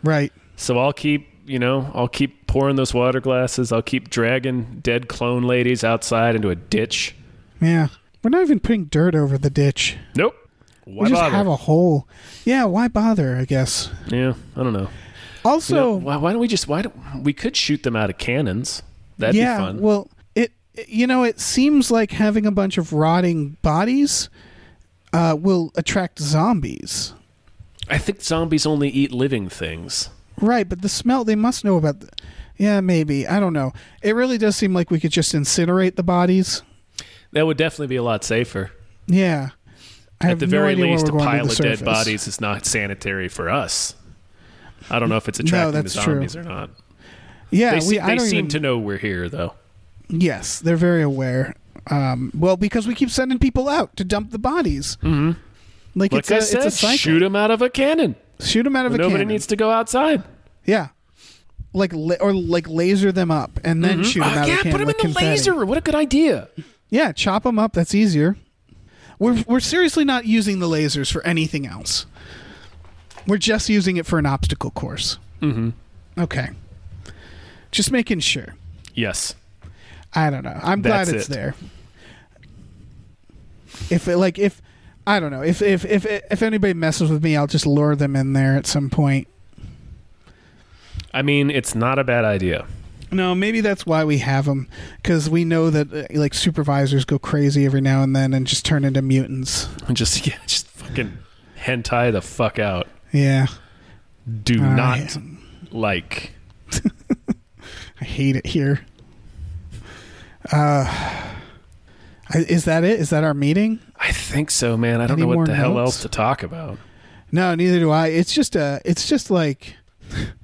[SPEAKER 3] Right.
[SPEAKER 1] So I'll keep, you know, I'll keep pouring those water glasses. I'll keep dragging dead clone ladies outside into a ditch.
[SPEAKER 3] Yeah. We're not even putting dirt over the ditch.
[SPEAKER 1] Nope. Why
[SPEAKER 3] we just
[SPEAKER 1] bother?
[SPEAKER 3] have a hole. Yeah, why bother, I guess.
[SPEAKER 1] yeah, I don't know. You know,
[SPEAKER 3] Also,
[SPEAKER 1] why, why don't we just why don't we could shoot them out of cannons? That'd
[SPEAKER 3] yeah,
[SPEAKER 1] be fun.
[SPEAKER 3] well, it you know, it seems like having a bunch of rotting bodies uh, will attract zombies.
[SPEAKER 1] I think zombies only eat living things.
[SPEAKER 3] Right, but the smell, they must know about the. Yeah, maybe. I don't know. It really does seem like we could just incinerate the bodies.
[SPEAKER 1] That would definitely be a lot safer.
[SPEAKER 3] Yeah. I have
[SPEAKER 1] At the
[SPEAKER 3] no
[SPEAKER 1] very
[SPEAKER 3] idea where
[SPEAKER 1] least, a
[SPEAKER 3] we're going to
[SPEAKER 1] pile
[SPEAKER 3] the
[SPEAKER 1] of dead
[SPEAKER 3] surface.
[SPEAKER 1] bodies is not sanitary for us. I don't know if it's attracting
[SPEAKER 3] that's
[SPEAKER 1] the
[SPEAKER 3] true.
[SPEAKER 1] zombies or not.
[SPEAKER 3] Yeah,
[SPEAKER 1] They,
[SPEAKER 3] we,
[SPEAKER 1] se-
[SPEAKER 3] I
[SPEAKER 1] they
[SPEAKER 3] don't
[SPEAKER 1] seem
[SPEAKER 3] even,
[SPEAKER 1] to know we're here, though.
[SPEAKER 3] Yes, they're very aware. Um, well, because we keep sending people out to dump the bodies. Mm-hmm. Like,
[SPEAKER 1] Like
[SPEAKER 3] it's,
[SPEAKER 1] I
[SPEAKER 3] a,
[SPEAKER 1] said,
[SPEAKER 3] it's a cycle.
[SPEAKER 1] shoot them out of a cannon.
[SPEAKER 3] Shoot 'em out of a
[SPEAKER 1] Nobody
[SPEAKER 3] cannon.
[SPEAKER 1] needs to go outside.
[SPEAKER 3] yeah. Like la- or like laser them up and then
[SPEAKER 1] Mm-hmm. Ah,
[SPEAKER 3] shoot
[SPEAKER 1] Uh,
[SPEAKER 3] them out of a cannon like confetti.
[SPEAKER 1] What a good idea.
[SPEAKER 3] Yeah, chop them up. That's easier. We're we're seriously not using the lasers for anything else. We're just using it for an obstacle course. Mm-hmm. Okay. Just making sure.
[SPEAKER 1] Yes.
[SPEAKER 3] I don't know. I'm
[SPEAKER 1] That's
[SPEAKER 3] glad it's
[SPEAKER 1] it.
[SPEAKER 3] there. If it, like if I don't know if if if if anybody messes with me, I'll just lure them in there at some point.
[SPEAKER 1] I mean, it's not a bad idea.
[SPEAKER 3] No, maybe that's why we have them because we know that uh, like supervisors go crazy every now and then and just turn into mutants.
[SPEAKER 1] Just, yeah, just fucking hentai the fuck out.
[SPEAKER 3] Yeah.
[SPEAKER 1] Do
[SPEAKER 3] All
[SPEAKER 1] not
[SPEAKER 3] right.
[SPEAKER 1] like.
[SPEAKER 3] I hate it here. Uh, I- is that it? Is that our meeting?
[SPEAKER 1] I think so, man. I don't
[SPEAKER 3] Any
[SPEAKER 1] know
[SPEAKER 3] more
[SPEAKER 1] what the hell
[SPEAKER 3] notes?
[SPEAKER 1] else to talk about.
[SPEAKER 3] No, neither do I. It's just a. It's just like.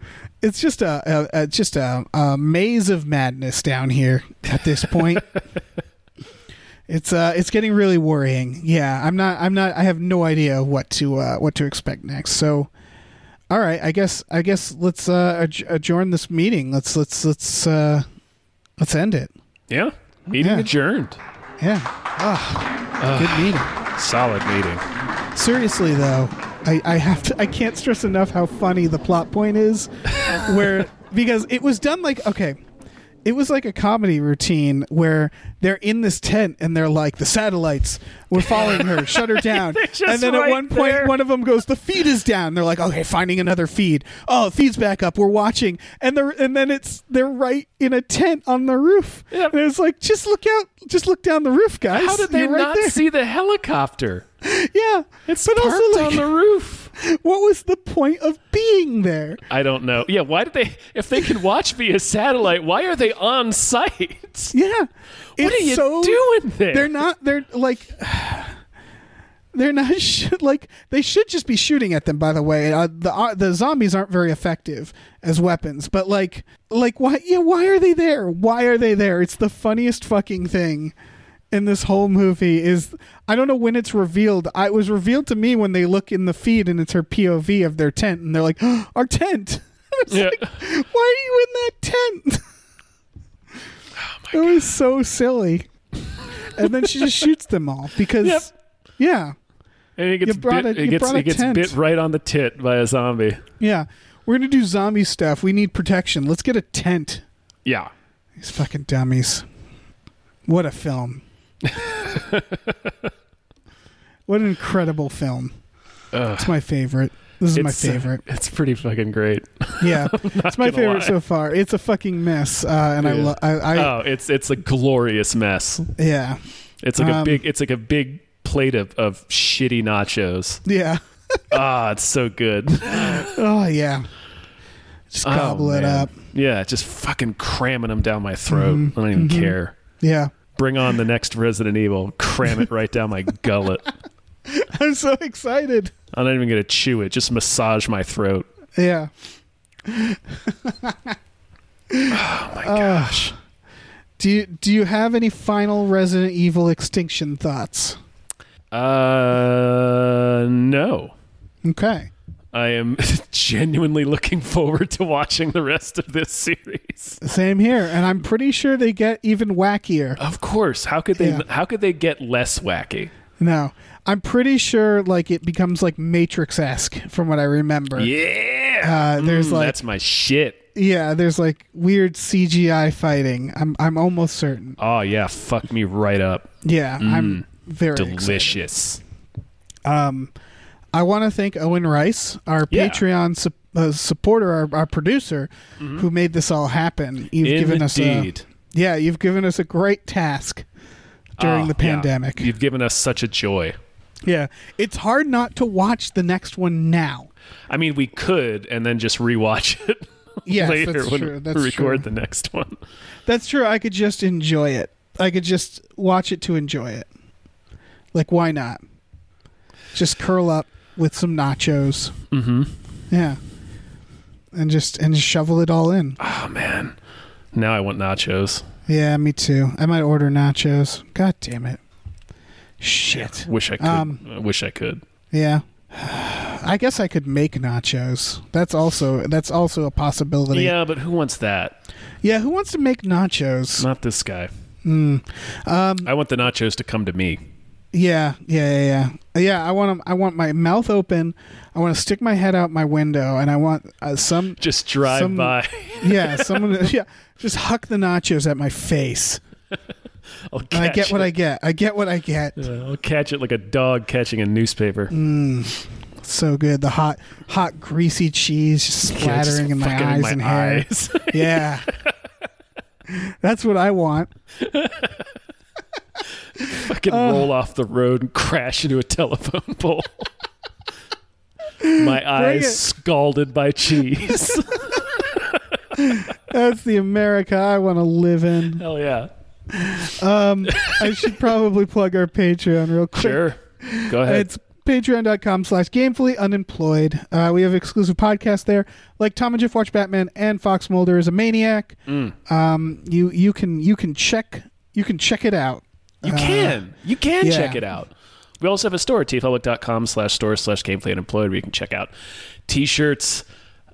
[SPEAKER 3] it's just a, a, a just a, a maze of madness down here at this point. it's uh, it's getting really worrying. Yeah, I'm not, I'm not, I have no idea what to uh, what to expect next. So, all right, I guess, I guess let's uh, adj- adjourn this meeting. Let's let's let's uh, let's end it.
[SPEAKER 1] Yeah. Meeting
[SPEAKER 3] Oh, Yeah.
[SPEAKER 1] adjourned.
[SPEAKER 3] Yeah. Ugh. Good meeting.
[SPEAKER 1] Solid meeting.
[SPEAKER 3] Seriously though, I, I have to I can't stress enough how funny the plot point is where because it was done like okay. It was like a comedy routine where they're in this tent and they're like, the satellites, we're following her, shut her down. and then at
[SPEAKER 1] right
[SPEAKER 3] one point,
[SPEAKER 1] there.
[SPEAKER 3] one of them goes, the feed is down. They're like, okay, finding another feed. Oh, feed's back up. We're watching. And they're and then it's they're right in a tent on the roof.
[SPEAKER 1] Yep.
[SPEAKER 3] And it's like, just look out, just look down the roof, guys.
[SPEAKER 1] How did they
[SPEAKER 3] You're right
[SPEAKER 1] not
[SPEAKER 3] there."
[SPEAKER 1] see the helicopter?
[SPEAKER 3] Yeah.
[SPEAKER 1] It's
[SPEAKER 3] But
[SPEAKER 1] parked
[SPEAKER 3] also, like-
[SPEAKER 1] on the roof.
[SPEAKER 3] What was the point of being there?
[SPEAKER 1] I don't know. Yeah, why did they? If they can watch via satellite, why are they on site?
[SPEAKER 3] Yeah.
[SPEAKER 1] What
[SPEAKER 3] It's
[SPEAKER 1] are you
[SPEAKER 3] so-
[SPEAKER 1] doing there?
[SPEAKER 3] They're not they're like they're not sh- like they should just be shooting at them by the way. Uh, the uh, the zombies aren't very effective as weapons, but like like why yeah, why are they there? Why are they there? It's the funniest fucking thing in this whole movie is I don't know when it's revealed. I, it was revealed to me when they look in the feed and it's her POV of their tent and they're like, "Our tent."
[SPEAKER 1] Yeah.
[SPEAKER 3] Why are you in that tent?
[SPEAKER 1] Oh
[SPEAKER 3] it was so silly. And then she just shoots them all because,
[SPEAKER 1] Yep.
[SPEAKER 3] yeah,
[SPEAKER 1] And it gets
[SPEAKER 3] brought
[SPEAKER 1] bit,
[SPEAKER 3] a-
[SPEAKER 1] it
[SPEAKER 3] you
[SPEAKER 1] gets
[SPEAKER 3] brought a
[SPEAKER 1] it gets
[SPEAKER 3] tent.
[SPEAKER 1] bit right on the tit by a zombie.
[SPEAKER 3] yeah, we're gonna do zombie stuff. We need protection. Let's get a tent.
[SPEAKER 1] Yeah.
[SPEAKER 3] These fucking dummies. What a film. what an incredible film. It's my favorite. This is my
[SPEAKER 1] It's, uh,
[SPEAKER 3] favorite.
[SPEAKER 1] It's pretty fucking great.
[SPEAKER 3] Yeah, it's my
[SPEAKER 1] gonna
[SPEAKER 3] favorite
[SPEAKER 1] lie.
[SPEAKER 3] so far. It's a fucking mess, uh, and I,
[SPEAKER 1] Yeah.
[SPEAKER 3] lo- I, I
[SPEAKER 1] oh, it's it's a glorious mess.
[SPEAKER 3] yeah,
[SPEAKER 1] It's like
[SPEAKER 3] Um,
[SPEAKER 1] a big it's like a big plate of, of shitty nachos.
[SPEAKER 3] yeah.
[SPEAKER 1] Ah, it's so good.
[SPEAKER 3] Oh yeah. Just
[SPEAKER 1] Oh,
[SPEAKER 3] gobble it
[SPEAKER 1] man.
[SPEAKER 3] up. Mm-hmm.
[SPEAKER 1] Yeah, just fucking cramming them down my throat. I don't even care.
[SPEAKER 3] Yeah.
[SPEAKER 1] Bring on the next Resident Evil. Cram it right down my gullet.
[SPEAKER 3] I'm so excited.
[SPEAKER 1] I'm not even gonna chew it. Just massage my throat.
[SPEAKER 3] Yeah.
[SPEAKER 1] Oh my gosh.
[SPEAKER 3] Do you do you have any final Resident Evil extinction thoughts?
[SPEAKER 1] Uh, no.
[SPEAKER 3] Okay.
[SPEAKER 1] I am genuinely looking forward to watching the rest of this series.
[SPEAKER 3] Same here. And I'm pretty sure they get even wackier.
[SPEAKER 1] Of course, how could they
[SPEAKER 3] Yeah.
[SPEAKER 1] how could they get less wacky?
[SPEAKER 3] No. I'm pretty sure like it becomes like Matrix esque from what I remember.
[SPEAKER 1] Yeah.
[SPEAKER 3] Uh, there's, like-
[SPEAKER 1] Mm, that's my shit.
[SPEAKER 3] Yeah, there's like weird CGI fighting. I'm I'm almost certain.
[SPEAKER 1] Oh yeah, fuck me right up.
[SPEAKER 3] Yeah,
[SPEAKER 1] Mm.
[SPEAKER 3] I'm very excited.
[SPEAKER 1] Delicious.
[SPEAKER 3] Um, I want to thank Owen Rice, our
[SPEAKER 1] Yeah.
[SPEAKER 3] Patreon sup- uh, supporter, our, our producer, who made this all happen. You've given us a
[SPEAKER 1] Mm-hmm. Indeed.
[SPEAKER 3] yeah, you've given us a great task during
[SPEAKER 1] Ah,
[SPEAKER 3] the
[SPEAKER 1] yeah.
[SPEAKER 3] pandemic. Yeah.
[SPEAKER 1] You've given us such a joy.
[SPEAKER 3] it's hard not to watch the next one now.
[SPEAKER 1] I mean, we could and then just rewatch it
[SPEAKER 3] Yes,
[SPEAKER 1] later
[SPEAKER 3] that's
[SPEAKER 1] when
[SPEAKER 3] true.
[SPEAKER 1] we
[SPEAKER 3] That's
[SPEAKER 1] record
[SPEAKER 3] true.
[SPEAKER 1] the next one.
[SPEAKER 3] That's true. I could just enjoy it. I could just watch it to enjoy it. Like, why not? Just curl up with some nachos. Mm-hmm. Yeah, and just and just shovel it all in.
[SPEAKER 1] Oh man. Now I want nachos.
[SPEAKER 3] Yeah, me too. I might order nachos. God damn it. Shit.
[SPEAKER 1] Wish I could.
[SPEAKER 3] Um,
[SPEAKER 1] I wish I could.
[SPEAKER 3] Yeah. I guess I could make nachos. That's also that's also a possibility.
[SPEAKER 1] Yeah, but who wants that?
[SPEAKER 3] Yeah, who wants to make nachos?
[SPEAKER 1] Not this guy.
[SPEAKER 3] mm, um,
[SPEAKER 1] I want the nachos to come to me.
[SPEAKER 3] Yeah, yeah, yeah, yeah. Yeah, I want 'em- I want my mouth open. I want to stick my head out my window and I want uh, some
[SPEAKER 1] Just drive
[SPEAKER 3] Some-
[SPEAKER 1] by.
[SPEAKER 3] yeah, someone yeah, just huck the nachos at my face.
[SPEAKER 1] I'll
[SPEAKER 3] And I
[SPEAKER 1] catch
[SPEAKER 3] get what
[SPEAKER 1] it.
[SPEAKER 3] I get. I get what I get.
[SPEAKER 1] Uh, I'll catch it like a dog catching a newspaper.
[SPEAKER 3] Mm, So good. The hot hot greasy cheese just
[SPEAKER 1] Yeah, just
[SPEAKER 3] splattering in my
[SPEAKER 1] fucking
[SPEAKER 3] eyes and hair.
[SPEAKER 1] eyes.
[SPEAKER 3] Yeah. That's what I want.
[SPEAKER 1] fucking
[SPEAKER 3] Oh.
[SPEAKER 1] roll off the road and crash into a telephone pole. my eyes
[SPEAKER 3] it.
[SPEAKER 1] scalded by cheese.
[SPEAKER 3] That's the America I want to live in.
[SPEAKER 1] Hell yeah.
[SPEAKER 3] Um, I should probably plug our Patreon real quick.
[SPEAKER 1] Sure. Go ahead.
[SPEAKER 3] It's patreon.com slash gamefully unemployed uh, we have exclusive podcasts there like tom and jeff watch batman and fox mulder is a maniac
[SPEAKER 1] Mm.
[SPEAKER 3] um, you you can you can check you can check it out
[SPEAKER 1] You can. You can
[SPEAKER 3] Uh, yeah.
[SPEAKER 1] check it out. We also have a store, tpublic.com slash store slash gameplay unemployed, where you can check out t shirts,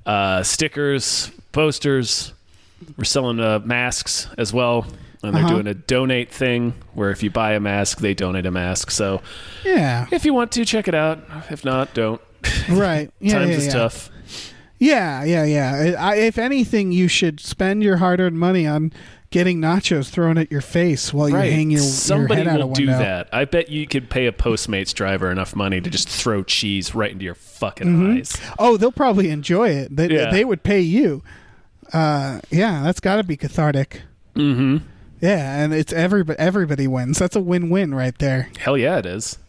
[SPEAKER 1] uh, stickers, posters. We're selling uh, masks as well. And
[SPEAKER 3] Uh-huh.
[SPEAKER 1] they're doing a donate thing where if you buy a mask, they donate a mask. So
[SPEAKER 3] yeah
[SPEAKER 1] if you want to, check it out. If not, don't.
[SPEAKER 3] right yeah,
[SPEAKER 1] Times
[SPEAKER 3] yeah,
[SPEAKER 1] is
[SPEAKER 3] yeah.
[SPEAKER 1] tough.
[SPEAKER 3] yeah yeah yeah I, I- if anything you should spend your hard-earned money on getting nachos thrown at your face while you hang your,
[SPEAKER 1] Somebody
[SPEAKER 3] your head
[SPEAKER 1] will
[SPEAKER 3] out a
[SPEAKER 1] do
[SPEAKER 3] window
[SPEAKER 1] that. I bet you could pay a Postmates driver enough money to just throw cheese right into your fucking eyes.
[SPEAKER 3] oh they'll probably enjoy it they,
[SPEAKER 1] Yeah.
[SPEAKER 3] they would pay you uh, yeah that's got to be cathartic
[SPEAKER 1] Mm-hmm.
[SPEAKER 3] Yeah, and it's everybody. Everybody wins. That's a win-win right there.
[SPEAKER 1] Hell yeah, it is.